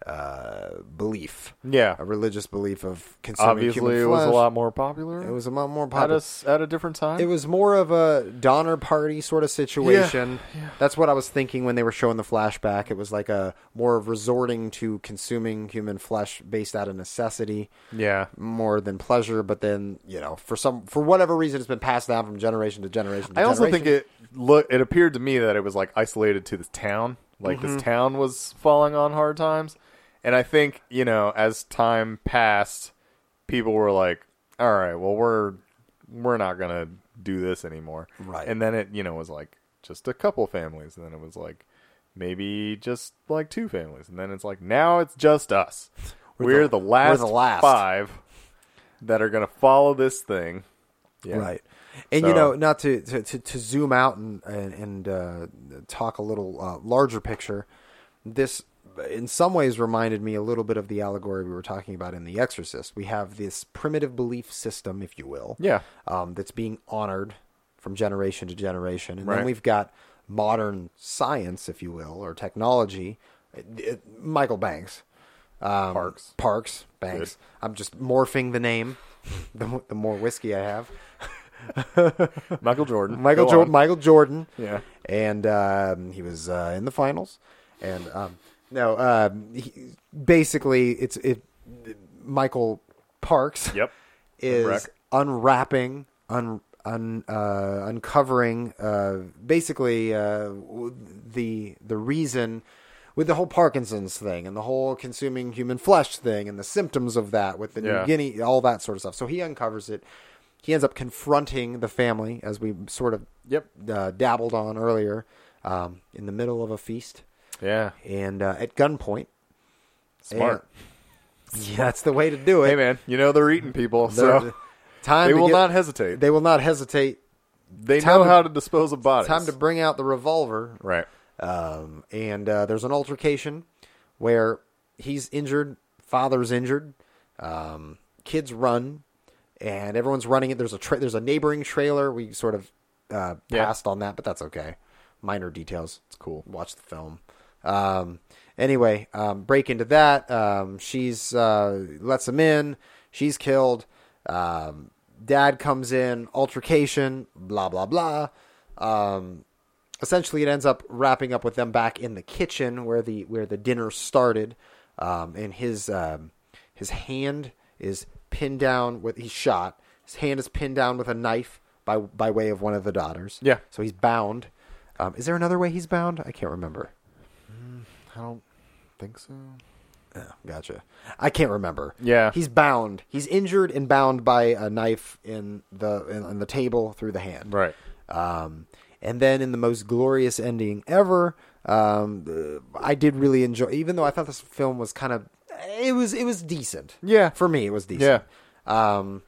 S2: uh, belief,
S1: yeah,
S2: a religious belief of consuming human
S1: obviously it was a
S2: flesh.
S1: lot more popular.
S2: It was a lot more
S1: at a
S2: popular.
S1: s- at a different time.
S2: It was more of a Donner Party sort of situation. That's what I was thinking when they were showing the flashback. It was like a more of resorting to consuming human flesh based out of necessity
S1: yeah,
S2: more than pleasure. But then, you know, for some for whatever reason, it's been passed down from generation to generation. To
S1: I also
S2: generation.
S1: think it look. It appeared to me that it was like isolated to this town. Like
S2: Mm-hmm.
S1: this town was falling on hard times, and I think you know as time passed, people were like, "All right, well we're we're not gonna do this anymore."
S2: Right.
S1: And then it you know was like just a couple families, and then it was like maybe just like two families, and then it's like now it's just us. We're,
S2: the-
S1: the,
S2: <laughs> we're
S1: last
S2: the last.
S1: five that are gonna follow this thing. Yeah.
S2: Right. And you
S1: So-
S2: know, not to, to, to, to zoom out and and, and uh, talk a little uh, larger picture, this in some ways reminded me a little bit of the allegory we were talking about in The Exorcist. We have this primitive belief system, if you will,
S1: Yeah.
S2: um, that's being honored from generation to generation, and then
S1: Right.
S2: we've got modern science, if you will, or technology. It- it- Michael Banks, um,
S1: Parks.
S2: Parks, Banks. I'm just morphing the name. <laughs> The, mo- the more whiskey I have, <laughs>
S1: Michael Jordan.
S2: Michael
S1: Go
S2: Jordan.
S1: on.
S2: Michael Jordan.
S1: Yeah.
S2: and um, he was uh, in the finals. And um, no, um, he, basically, it's it. Michael Parks.
S1: Yep.
S2: Is
S1: Wreck.
S2: unwrapping, un, un uh, uncovering, uh, basically uh, w- the the reason. With the whole Parkinson's thing and the whole consuming human flesh thing and the symptoms of that with the New
S1: Yeah.
S2: Guinea any- all that sort of stuff. So he uncovers it. He ends up confronting the family, as we sort of
S1: Yep.
S2: uh, dabbled on earlier, um, in the middle of a feast
S1: Yeah.
S2: and uh, at gunpoint.
S1: Smart.
S2: And- <laughs> yeah, that's the way to do it.
S1: hey man, you know they're eating people,
S2: They're-
S1: so
S2: time
S1: they
S2: to
S1: will
S2: get-
S1: not hesitate. They,
S2: They will not hesitate. time
S1: know
S2: to-
S1: how to dispose of bodies.
S2: Time to bring out the revolver
S1: right.
S2: Um, and uh, there's an altercation where he's injured, father's injured, um, kids run, and everyone's running it. There's a tra- there's a neighboring trailer. We sort of uh,
S1: Yeah.
S2: passed on that, but that's okay. Minor details. It's cool. Watch the film. Um, anyway, um, break into that. Um, she's uh, lets him in. She's killed. Um, dad comes in. Altercation. Blah blah blah. Um, essentially it ends up wrapping up with them back in the kitchen where the where the dinner started um, and his um, his hand is pinned down with he's shot his hand is pinned down with a knife by by way of one of the daughters
S1: Yeah.
S2: so he's bound um, is there another way he's bound i can't remember
S1: Mm, I don't think so.
S2: Oh, gotcha. I can't remember.
S1: Yeah.
S2: he's bound. He's injured and bound by a knife in the in, on the table through the hand.
S1: Right.
S2: Um, and then in the most glorious ending ever, um, the- I did really enjoy. Even though I thought this film was kind of, it was it was decent.
S1: Yeah.
S2: for me it was decent. Yeah. Um,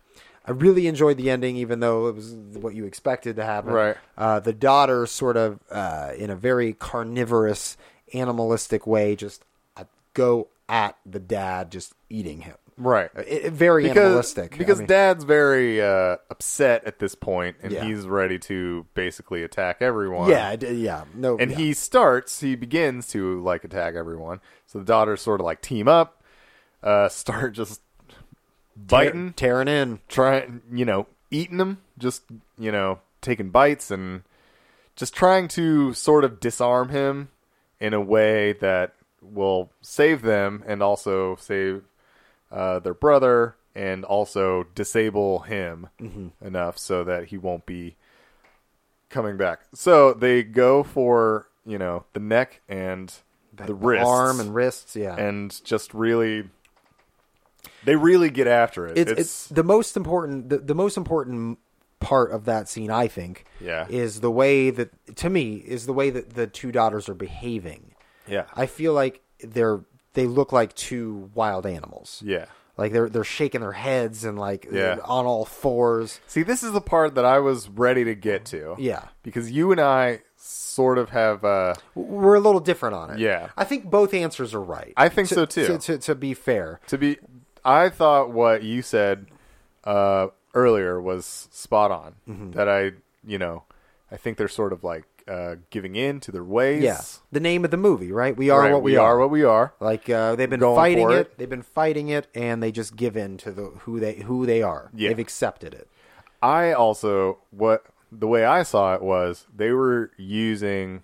S2: I really enjoyed the ending, even though it was what you expected to happen.
S1: Right.
S2: Uh, the daughter sort of, uh, in a very carnivorous, animalistic way, just uh, go at the dad, just eating him.
S1: Right.
S2: Uh, it- it- very
S1: Because,
S2: animalistic. I
S1: because
S2: mean-
S1: dad's very uh, upset at this point and
S2: Yeah.
S1: he's ready to basically attack everyone.
S2: yeah, it- yeah, no,
S1: And
S2: yeah.
S1: he starts, he begins to like attack everyone. So the daughters sort of like team up, uh, <laughs> start just biting,
S2: tearing in.
S1: trying, you know, eating them, just, you know, taking bites and just trying to sort of disarm him in a way that will save them and also save uh, their
S2: Mm-hmm.
S1: brother and also disable him enough so that he won't be coming back. So they go for you know the neck and the, wrist,
S2: arm and wrists. Yeah,
S1: and just really they really get after it.
S2: it's, it's the most important the, the most important part of that scene i think
S1: Yeah.
S2: is the way that to me is the way that the two daughters are behaving
S1: yeah,
S2: i feel like they're they look like two wild animals
S1: yeah.
S2: like they're they're shaking their heads and like
S1: Yeah.
S2: on all fours
S1: See, this is the part that I was ready to get to.
S2: Yeah.
S1: because you and I sort of have. Uh,
S2: we're a little different on it
S1: Yeah.
S2: i think both answers are right
S1: I think
S2: To-
S1: so, too.
S2: to, to, to be fair
S1: to be i thought what you said uh earlier was spot on
S2: Mm-hmm.
S1: that i you know i think they're sort of like uh giving in to their ways
S2: yeah the name of the movie right we are
S1: Right,
S2: what
S1: we, are. what we are
S2: Like uh, they've been
S1: Going
S2: fighting
S1: for
S2: it.
S1: it.
S2: they've been fighting it, and they just give in to the who they who they are.
S1: Yeah.
S2: They've accepted it.
S1: i also what the way i saw it was they were using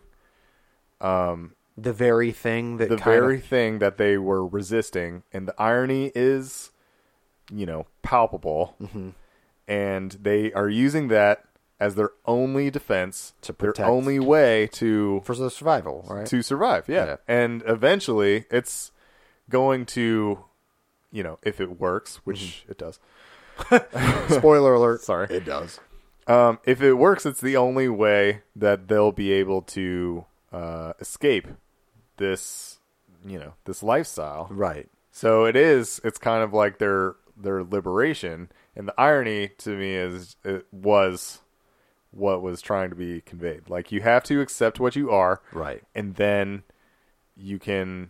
S2: The very thing that
S1: the
S2: kind
S1: very thing that they were resisting and the irony is you know palpable
S2: Mm-hmm.
S1: and they are using that as their only defense
S2: To
S1: their
S2: protect.
S1: only way to
S2: for
S1: <laughs>
S2: the survival, right?
S1: to survive. Yeah.
S2: Yeah.
S1: And eventually it's going to, you know, if it works, which
S2: Mm-hmm.
S1: it does.
S2: Spoiler
S1: <laughs>
S2: alert.
S1: Sorry.
S2: it does.
S1: Um, if it works, it's the only way that they'll be able to uh, escape this, you know, this lifestyle.
S2: Right.
S1: So it is. It's kind of like their their liberation. And the irony to me is it was what was trying to be conveyed. Like you have to accept what you are,
S2: Right.
S1: and then you can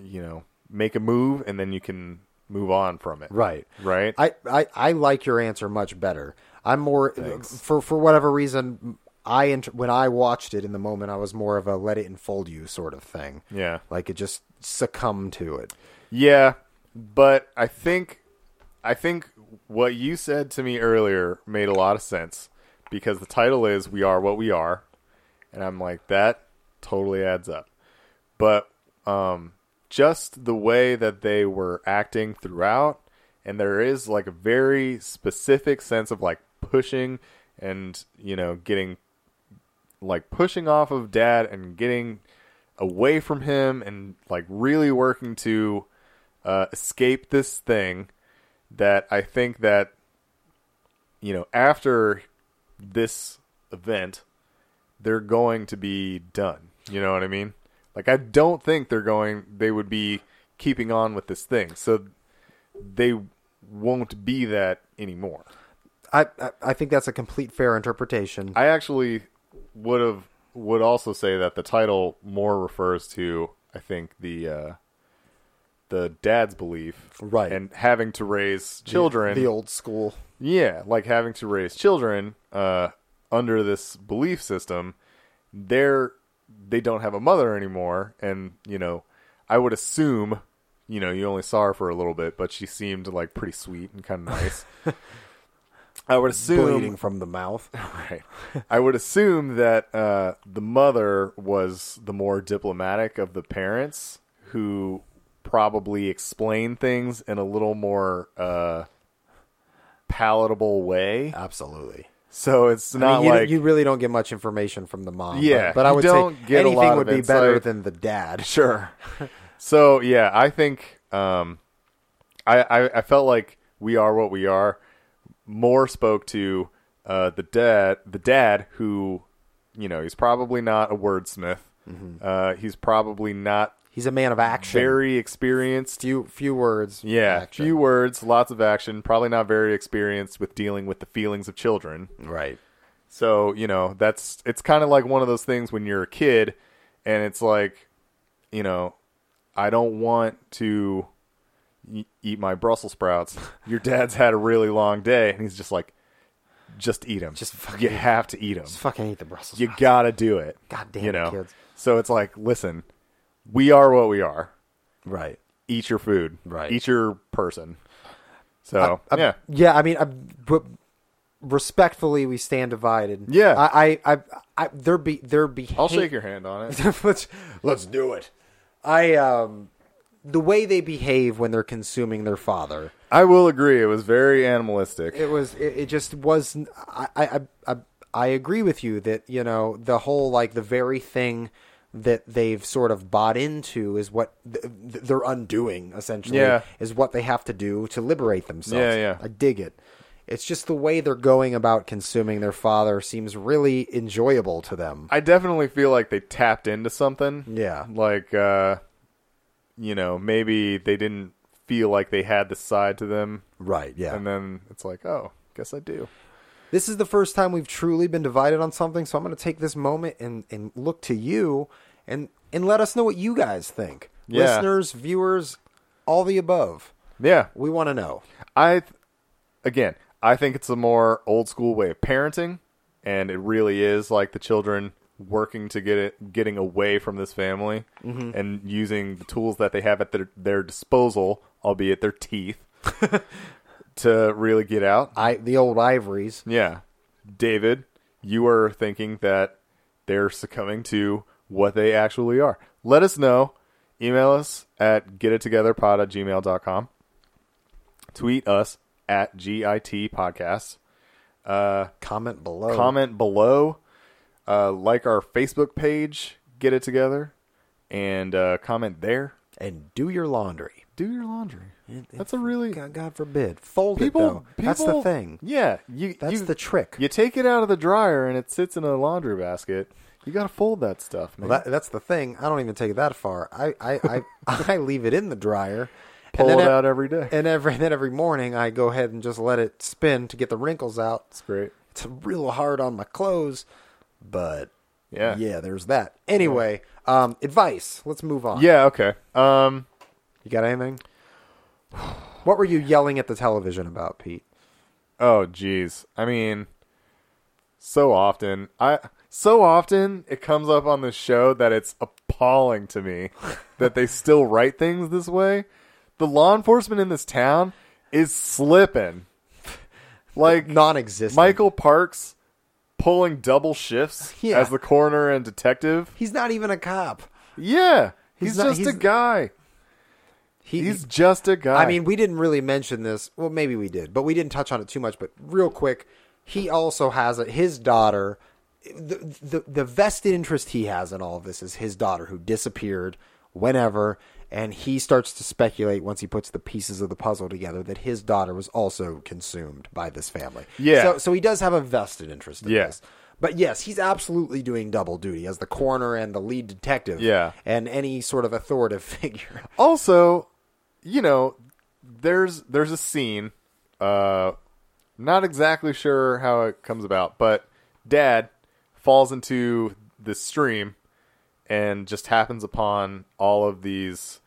S1: you know make a move and then you can move on from it
S2: Right.
S1: right
S2: I, I, I like your answer much better. I'm more for for whatever reason. I int- when I watched it in the moment, I was more of a let it enfold you sort of thing.
S1: yeah
S2: Like it just succumbed to it.
S1: yeah but i think i think what you said to me earlier made a lot of sense because the title is we are what we are and i'm like that totally adds up but um just the way that they were acting throughout and there is like a very specific sense of like pushing and you know getting like pushing off of dad and getting away from him and like really working to uh, escape this thing that I think that you know after this event they're going to be done. You know what I mean? Like I don't think they're going they would be keeping on with this thing. So they won't be that anymore.
S2: I I, I think that's a complete fair interpretation.
S1: I actually would have would also say that the title more refers to I think the uh, the dad's belief,
S2: Right.
S1: and having to raise children.
S2: the old school.
S1: yeah, like having to raise children uh, under this belief system. They're they don't have a mother anymore, and you know, I would assume. You know, you only saw her for a little bit, but she seemed like pretty sweet and kind of
S2: <laughs>
S1: nice. I would assume
S2: bleeding from
S1: <laughs>
S2: the mouth.
S1: Right. I would assume that uh, the mother was the more diplomatic of the parents, who probably explained things in a little more uh, palatable way.
S2: Absolutely.
S1: So it's
S2: I mean,
S1: not
S2: you,
S1: like
S2: you really don't get much information from the mom.
S1: Yeah,
S2: but, but I
S1: you
S2: would
S1: don't
S2: say
S1: get a
S2: anything
S1: lot
S2: would
S1: of
S2: be better
S1: insight.
S2: than the dad.
S1: Sure. so yeah, I think um, I, I I felt like we are what we are. More spoke to uh, the dad, the dad who, you know, he's probably not a wordsmith. Uh, he's probably not
S2: He's a man of action.
S1: very experienced.
S2: few few words.
S1: Yeah,
S2: action.
S1: few words, lots of action. Probably not very experienced with dealing with the feelings of children.
S2: right.
S1: So, you know, that's it's kind of like one of those things when you're a kid and it's like, you know, I don't want to e- eat my Brussels sprouts. <laughs> Your dad's had a really long day and he's just like just eat them.
S2: Just fucking
S1: you have to eat them.
S2: Just fucking eat the Brussels.
S1: You
S2: sprouts.
S1: got to do it.
S2: God damn
S1: you
S2: it,
S1: know.
S2: kids.
S1: So it's like, listen, we are what we are.
S2: right.
S1: Eat your food.
S2: Right.
S1: Eat your person. So,
S2: I- <laughs>
S1: yeah.
S2: Yeah, I mean, I, but respectfully, we stand divided.
S1: Yeah.
S2: I, I, I, I their be their behavior.
S1: I'll
S2: <laughs>
S1: shake your hand on it.
S2: let's let's do it. I um, the way they behave when they're consuming their father.
S1: I will agree. It was very animalistic.
S2: It was. It, it just was. I, I. I. I agree with you that you know the whole like the very thing that they've sort of bought into is what th- th- they're undoing essentially
S1: Yeah.
S2: is what they have to do to liberate themselves.
S1: Yeah, yeah.
S2: I dig it. It's just the way they're going about consuming their father seems really enjoyable to them.
S1: I definitely feel like they tapped into something.
S2: Yeah.
S1: Like uh you know, maybe they didn't feel like they had the side to them
S2: Right, yeah.
S1: and then it's like, "Oh, guess I do."
S2: this is the first time we've truly been divided on something, so I'm going to take this moment and, and look to you and and let us know what you guys think.
S1: Yeah.
S2: Listeners, viewers, all the above.
S1: Yeah.
S2: We want to know.
S1: I th- again, I think it's a more old school way of parenting and it really is like the children working to get it getting away from this family
S2: Mm-hmm.
S1: and using the tools that they have at their their disposal, albeit their
S2: <laughs>
S1: teeth, to really get out.
S2: I the old ivories.
S1: Yeah. David, you are thinking that they're succumbing to what they actually are. Let us know. Email us at getittogetherpod at gmail.com. Tweet us at GIT podcast. Uh,
S2: Comment below.
S1: Comment below. Uh, like our Facebook page, Get It Together, and uh, comment there.
S2: and do your laundry.
S1: Do your laundry. That's a really.
S2: God, God forbid. Fold
S1: People,
S2: it though. That's the
S1: people-
S2: thing.
S1: Yeah. You,
S2: That's
S1: you-
S2: the trick.
S1: You take it out of the dryer and it sits in a laundry basket. You gotta fold that stuff, man.
S2: Well, that, that's the thing. I don't even take it that far. I I I, <laughs> I leave it in the dryer.
S1: Pull
S2: and
S1: it
S2: then e-
S1: out every day.
S2: And every then every morning I go ahead and just let it spin to get the wrinkles out.
S1: It's great.
S2: It's real hard on my clothes, but
S1: Yeah.
S2: yeah, there's that. Anyway, um, advice. Let's move on.
S1: Yeah. Okay. Um.
S2: you got anything? What were you yelling at the television about, Pete?
S1: Oh, geez. I mean, so often I so often it comes up on this show that it's appalling to
S2: <laughs>
S1: me that they still write things this way. The law enforcement in this town is slipping. Like
S2: Non-existent.
S1: Michael Parks pulling double shifts
S2: Yeah.
S1: as the coroner and detective.
S2: He's not even a cop.
S1: Yeah, he's,
S2: He's not-
S1: just
S2: he's-
S1: a guy.
S2: He,
S1: He's just a guy.
S2: I mean, we didn't really mention this. Well, maybe we did, but we didn't touch on it too much. But real quick, he also has a, his daughter. The, the the vested interest he has in all of this is his daughter who disappeared whenever, and he starts to speculate once he puts the pieces of the puzzle together that his daughter was also consumed by this family.
S1: Yeah.
S2: So so he does have a vested interest in
S1: Yeah.
S2: this. But yes, he's absolutely doing double duty as the coroner and the lead detective.
S1: Yeah.
S2: And any sort of authoritative <laughs> figure.
S1: also, you know, there's there's a scene. Uh, not exactly sure how it comes about, but Dad falls into the stream and just happens upon all of these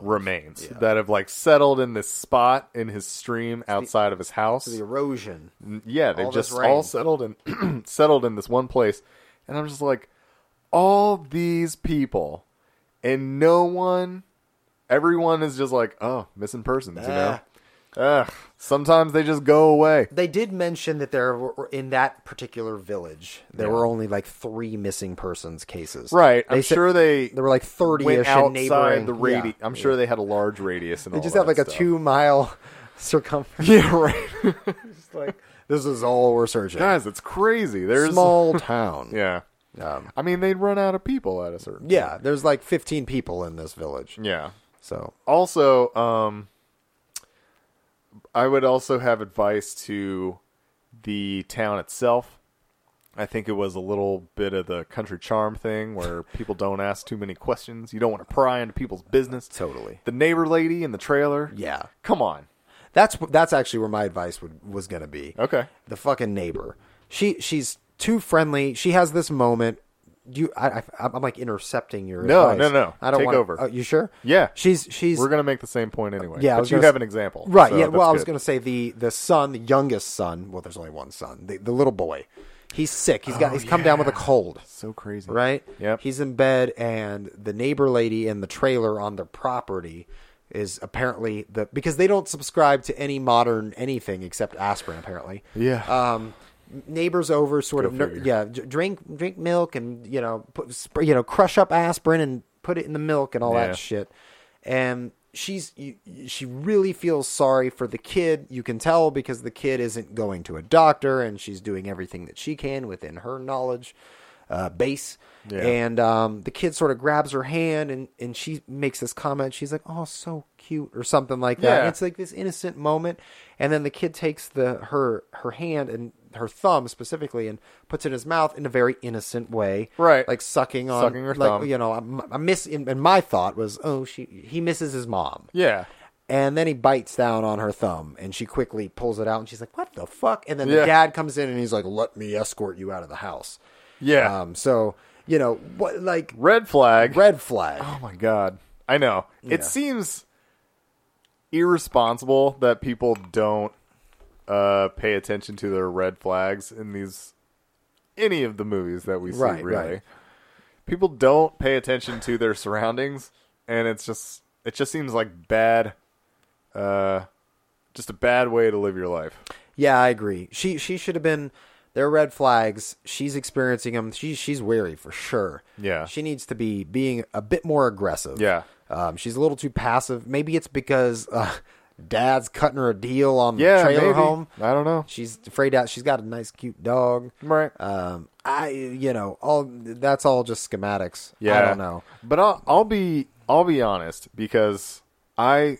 S1: remains that have like settled in this spot in his stream outside of his house.
S2: The erosion.
S1: yeah, they've
S2: all this
S1: just
S2: rain.
S1: all settled in <clears throat> settled in this one place, and I'm just like, all these people, and no one, everyone is just like, oh, missing persons, you know.
S2: Ah.
S1: Ugh. Sometimes they just go away.
S2: They did mention that there were in that particular village there were only like three missing persons cases.
S1: Right,
S2: They
S1: I'm
S2: said
S1: sure they
S2: there were like thirty
S1: went
S2: ish in neighboring.
S1: outside the radius.
S2: Yeah.
S1: I'm sure they had a large radius. And
S2: They
S1: all
S2: just
S1: of
S2: have like
S1: that
S2: a
S1: stuff.
S2: two mile <laughs> circumference.
S1: Yeah,
S2: <laughs>
S1: right,
S2: It's like this is all we're searching.
S1: guys, it's crazy. There's
S2: Small town.
S1: <laughs> yeah.
S2: Um,
S1: I mean, they'd run out of people at a certain.
S2: yeah, there's like fifteen people in this village.
S1: Yeah.
S2: So
S1: also um i would also have advice to the town itself i think it was a little bit of the country charm thing
S2: <laughs>
S1: where people don't ask too many questions you don't want to pry into people's business
S2: Totally.
S1: the neighbor lady in the trailer
S2: Yeah.
S1: come on
S2: that's that's actually where my advice would was gonna be.
S1: okay
S2: the fucking neighbor. She she's too friendly. She has this moment. You, I, I am like intercepting your.
S1: No,
S2: advice.
S1: no, no.
S2: I don't
S1: Take
S2: wanna-
S1: over.
S2: Oh, you sure?
S1: Yeah.
S2: She's she's.
S1: we're gonna make the same point anyway
S2: yeah, I
S1: but
S2: was
S1: you
S2: gonna
S1: have
S2: s-
S1: an example
S2: right.
S1: so
S2: yeah.
S1: that's
S2: Well, I was
S1: good.
S2: gonna say the the son, the youngest son. Well, there's only one son. The, the little boy. He's sick. He's
S1: Oh,
S2: got. he's come down with a cold.
S1: so crazy
S2: Right.
S1: Yep.
S2: He's in bed, and the neighbor lady in the trailer on their property is apparently the because they don't subscribe to any modern anything except aspirin. Apparently
S1: yeah
S2: um, neighbors over, sort of, ner-
S1: figure.
S2: yeah, d- drink drink milk and you know put sp- you know crush up aspirin and put it in the milk and all
S1: Yeah.
S2: that shit. And she's you- she really feels sorry for the kid. You can tell because the kid isn't going to a doctor, and she's doing everything that she can within her knowledge uh, base.
S1: Yeah.
S2: And um, the kid sort of grabs her hand, and and she makes this comment. She's like, "Oh, so cute," or something like that.
S1: Yeah.
S2: And it's like this innocent moment, and then the kid takes the her her hand and her thumb specifically and puts it in his mouth in a very innocent way,
S1: Right.
S2: Like sucking on,
S1: Sucking her
S2: like
S1: thumb.
S2: you know, I, I miss. And and my thought was, oh, she he misses his mom.
S1: Yeah.
S2: And then he bites down on her thumb, and she quickly pulls it out, and she's like, "What the fuck?" And then the
S1: Yeah.
S2: dad comes in, and he's like, "Let me escort you out of the house."
S1: Yeah.
S2: Um. So you know what, like
S1: Red flag.
S2: red flag.
S1: Oh my god. I know.
S2: Yeah.
S1: It seems irresponsible that people don't uh pay attention to their red flags in these any of the movies that we see
S2: Right,
S1: really.
S2: right.
S1: People don't pay attention to their surroundings and it's just it just seems like bad uh just a bad way to live your life.
S2: Yeah, I agree. She she should have been. They're red flags. She's experiencing them. She she's wary for sure.
S1: Yeah.
S2: she needs to be being a bit more aggressive.
S1: Yeah.
S2: um, she's a little too passive. Maybe it's because uh, dad's cutting her a deal on the
S1: Yeah,
S2: trailer
S1: maybe.
S2: home.
S1: I don't know.
S2: She's afraid out. She's got a nice, cute dog.
S1: Right.
S2: Um, I you know all that's all just schematics.
S1: Yeah,
S2: I don't know.
S1: But I'll I'll be I'll be honest because I,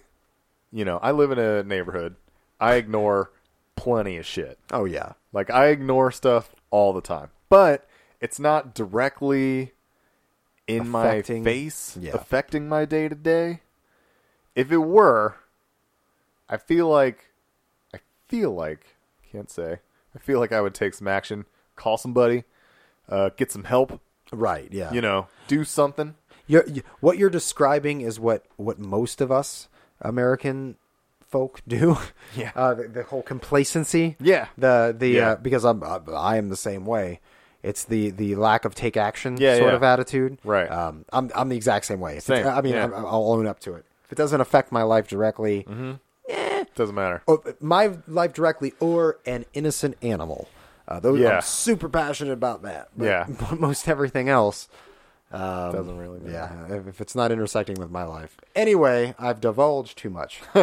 S1: you know, I live in a neighborhood. I ignore plenty of shit.
S2: Oh yeah,
S1: Like I ignore stuff all the time, but it's not directly in
S2: Affecting-
S1: my face,
S2: yeah.
S1: affecting my day to day. If it were, I feel like I feel like can't say. I feel like I would take some action, call somebody, uh, get some help.
S2: right. Yeah,
S1: You know, do something.
S2: You're, you, what you're describing is what what most of us American folk do. <laughs>
S1: Yeah.
S2: uh, the, the whole complacency.
S1: Yeah.
S2: the the
S1: Yeah.
S2: Uh, because I'm I, I am the same way. It's the the lack of take action
S1: Yeah,
S2: sort
S1: yeah.
S2: of attitude.
S1: Right.
S2: Um, I'm I'm the exact same way. If it's-
S1: Same,
S2: I mean,
S1: yeah. Mm-hmm.
S2: I'm, I'll own up to it. If it doesn't affect my life directly,
S1: Doesn't matter.
S2: oh, my life directly, or an innocent animal. Uh, those,
S1: Yeah.
S2: I'm super passionate about that. But
S1: Yeah.
S2: <laughs> most everything else. Um,
S1: Doesn't really matter.
S2: yeah, if, if it's not intersecting with my life. Anyway, I've divulged too much. <laughs>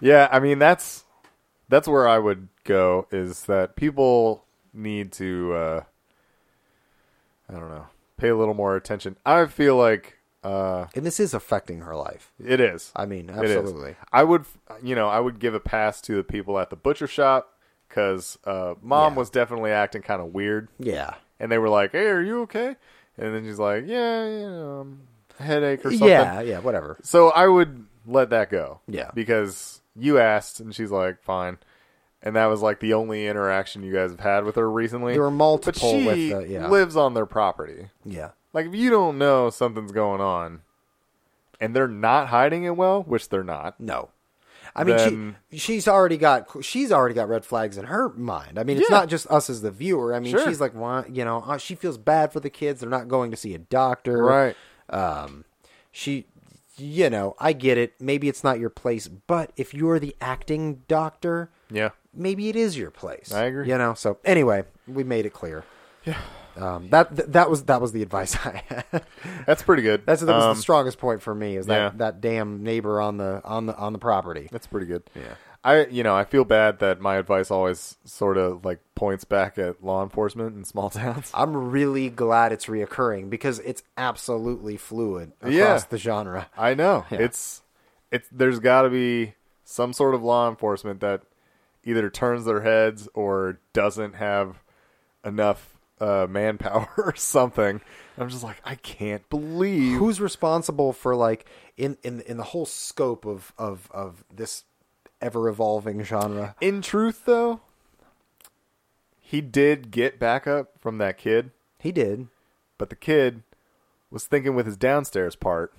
S1: Yeah, I mean that's that's where I would go is that people need to uh I don't know, pay a little more attention. I feel like uh
S2: and this is affecting her life.
S1: it is.
S2: I mean,
S1: It is.
S2: absolutely.
S1: I would you know, I would give a pass to the people at the butcher shop cuz uh mom
S2: Yeah.
S1: was definitely acting kind of weird
S2: Yeah.
S1: and they were like, "Hey, are you okay?" And then she's like, "Yeah, you know, um, headache or something."
S2: Yeah, yeah, whatever.
S1: So I would let that go.
S2: Yeah.
S1: Because you asked and she's like, fine. And that was like the only interaction you guys have had with her recently.
S2: There were
S1: but
S2: multiple
S1: she
S2: with the, yeah.
S1: lives on their property.
S2: yeah.
S1: Like if you don't know something's going on and they're not hiding it well, which they're not.
S2: No. I mean,
S1: Then-
S2: she she's already got she's already got red flags in her mind. I mean, it's
S1: Yeah.
S2: not just us as the viewer. I mean,
S1: Sure.
S2: she's like, why, you know, uh, she feels bad for the kids. They're not going to see a doctor,
S1: Right.
S2: Um, she, you know, I get it. Maybe it's not your place, but if you're the acting doctor,
S1: Yeah.
S2: maybe it is your place.
S1: I agree.
S2: You know. So anyway, we made it clear. Yeah. Um, that th- that was that was the advice <laughs> I had.
S1: That's pretty good.
S2: That's that was
S1: Um,
S2: the strongest point for me is that
S1: yeah.
S2: that damn neighbor on the on the on the property.
S1: That's pretty good. Yeah. I you know, I feel bad that my advice always sort of like points back at law enforcement in small <laughs> towns.
S2: I'm really glad it's reoccurring because it's absolutely fluid across
S1: Yeah.
S2: the genre.
S1: I know. It's it's there's got to be some sort of law enforcement that either turns their heads or doesn't have enough uh, manpower <laughs> or something. I'm just like I can't believe
S2: Who's responsible for like in in in the whole scope of of of this ever evolving genre?
S1: in truth though he did get backup from that kid,
S2: He did.
S1: but the kid was thinking with his downstairs part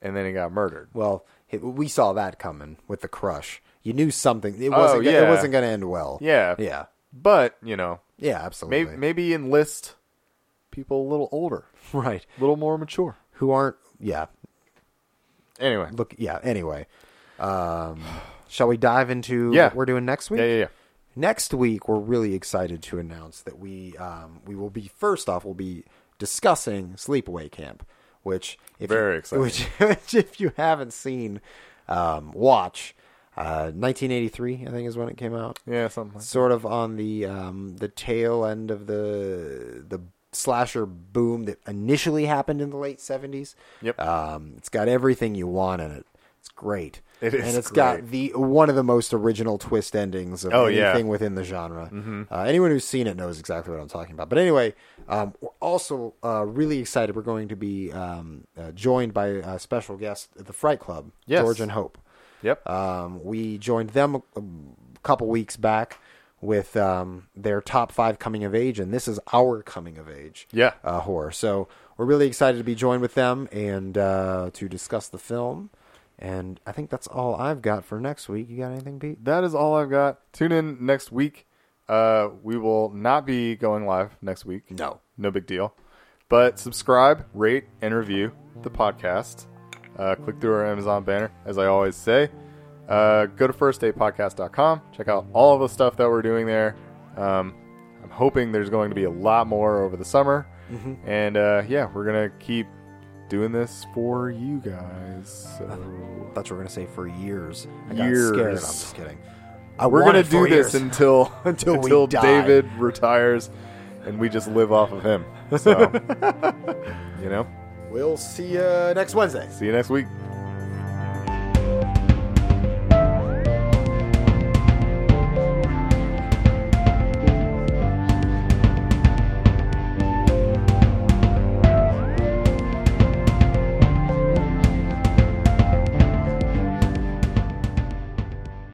S1: and then he got murdered.
S2: Well, he- we saw that coming with the crush. You knew something. It wasn't. go- It
S1: Oh, yeah.
S2: wasn't going to end well.
S1: Yeah.
S2: Yeah.
S1: But, you know,
S2: Yeah. Absolutely.
S1: maybe maybe enlist people a little older.
S2: <laughs> Right.
S1: a little more mature.
S2: Who aren't? Yeah.
S1: Anyway,
S2: Look. Yeah. Anyway. Um, <sighs> shall we dive into
S1: Yeah.
S2: what we're doing next week?
S1: yeah, yeah, yeah.
S2: Next week, we're really excited to announce that we um, we will be first off we'll be discussing Sleepaway Camp, which if
S1: Very
S2: you,
S1: exciting.
S2: Which, <laughs> which if you haven't seen, um, watch. Uh, 1983, I think, is when it came out.
S1: Yeah, something. Like
S2: Sort of on the um, the tail end of the the slasher boom that initially happened in the late 70s.
S1: Yep.
S2: Um, it's got everything you want in it. It's great.
S1: It is
S2: and it's
S1: great.
S2: got the one of the most original twist endings of
S1: Oh, yeah. Mm-hmm.
S2: anything within the genre. Uh, anyone who's seen it knows exactly what I'm talking about. But anyway, um, we're also uh, really excited. We're going to be um, uh, joined by a special guest at the Fright Club,
S1: Yes.
S2: George and Hope.
S1: yep.
S2: Um, we joined them a, a couple weeks back with um, their top five coming of age, and this is our coming of age
S1: Yeah.
S2: uh, horror. So we're really excited to be joined with them and uh, to discuss the film. And I think that's all I've got for next week. You got anything, Pete?
S1: that is all I've got. Tune in next week. Uh, we will not be going live next week.
S2: No.
S1: No big deal. But subscribe, rate, and review the podcast. Uh, click through our Amazon banner, as I always say. Uh, go to firstdaypodcast.com. Check out all of the stuff that we're doing there. Um, I'm hoping there's going to be a lot more over the summer.
S2: Mm-hmm.
S1: And uh, yeah, we're going to keep doing this for you guys. So.
S2: That's what we're gonna say for years. I
S1: Years.
S2: got scared. I'm just kidding. I
S1: We're
S2: want
S1: gonna
S2: it for
S1: do this
S2: years.
S1: until until,
S2: <laughs> Until we die.
S1: David retires, and we just live off of
S2: <laughs>
S1: him. So, you know.
S2: We'll see you next Wednesday.
S1: See you next week.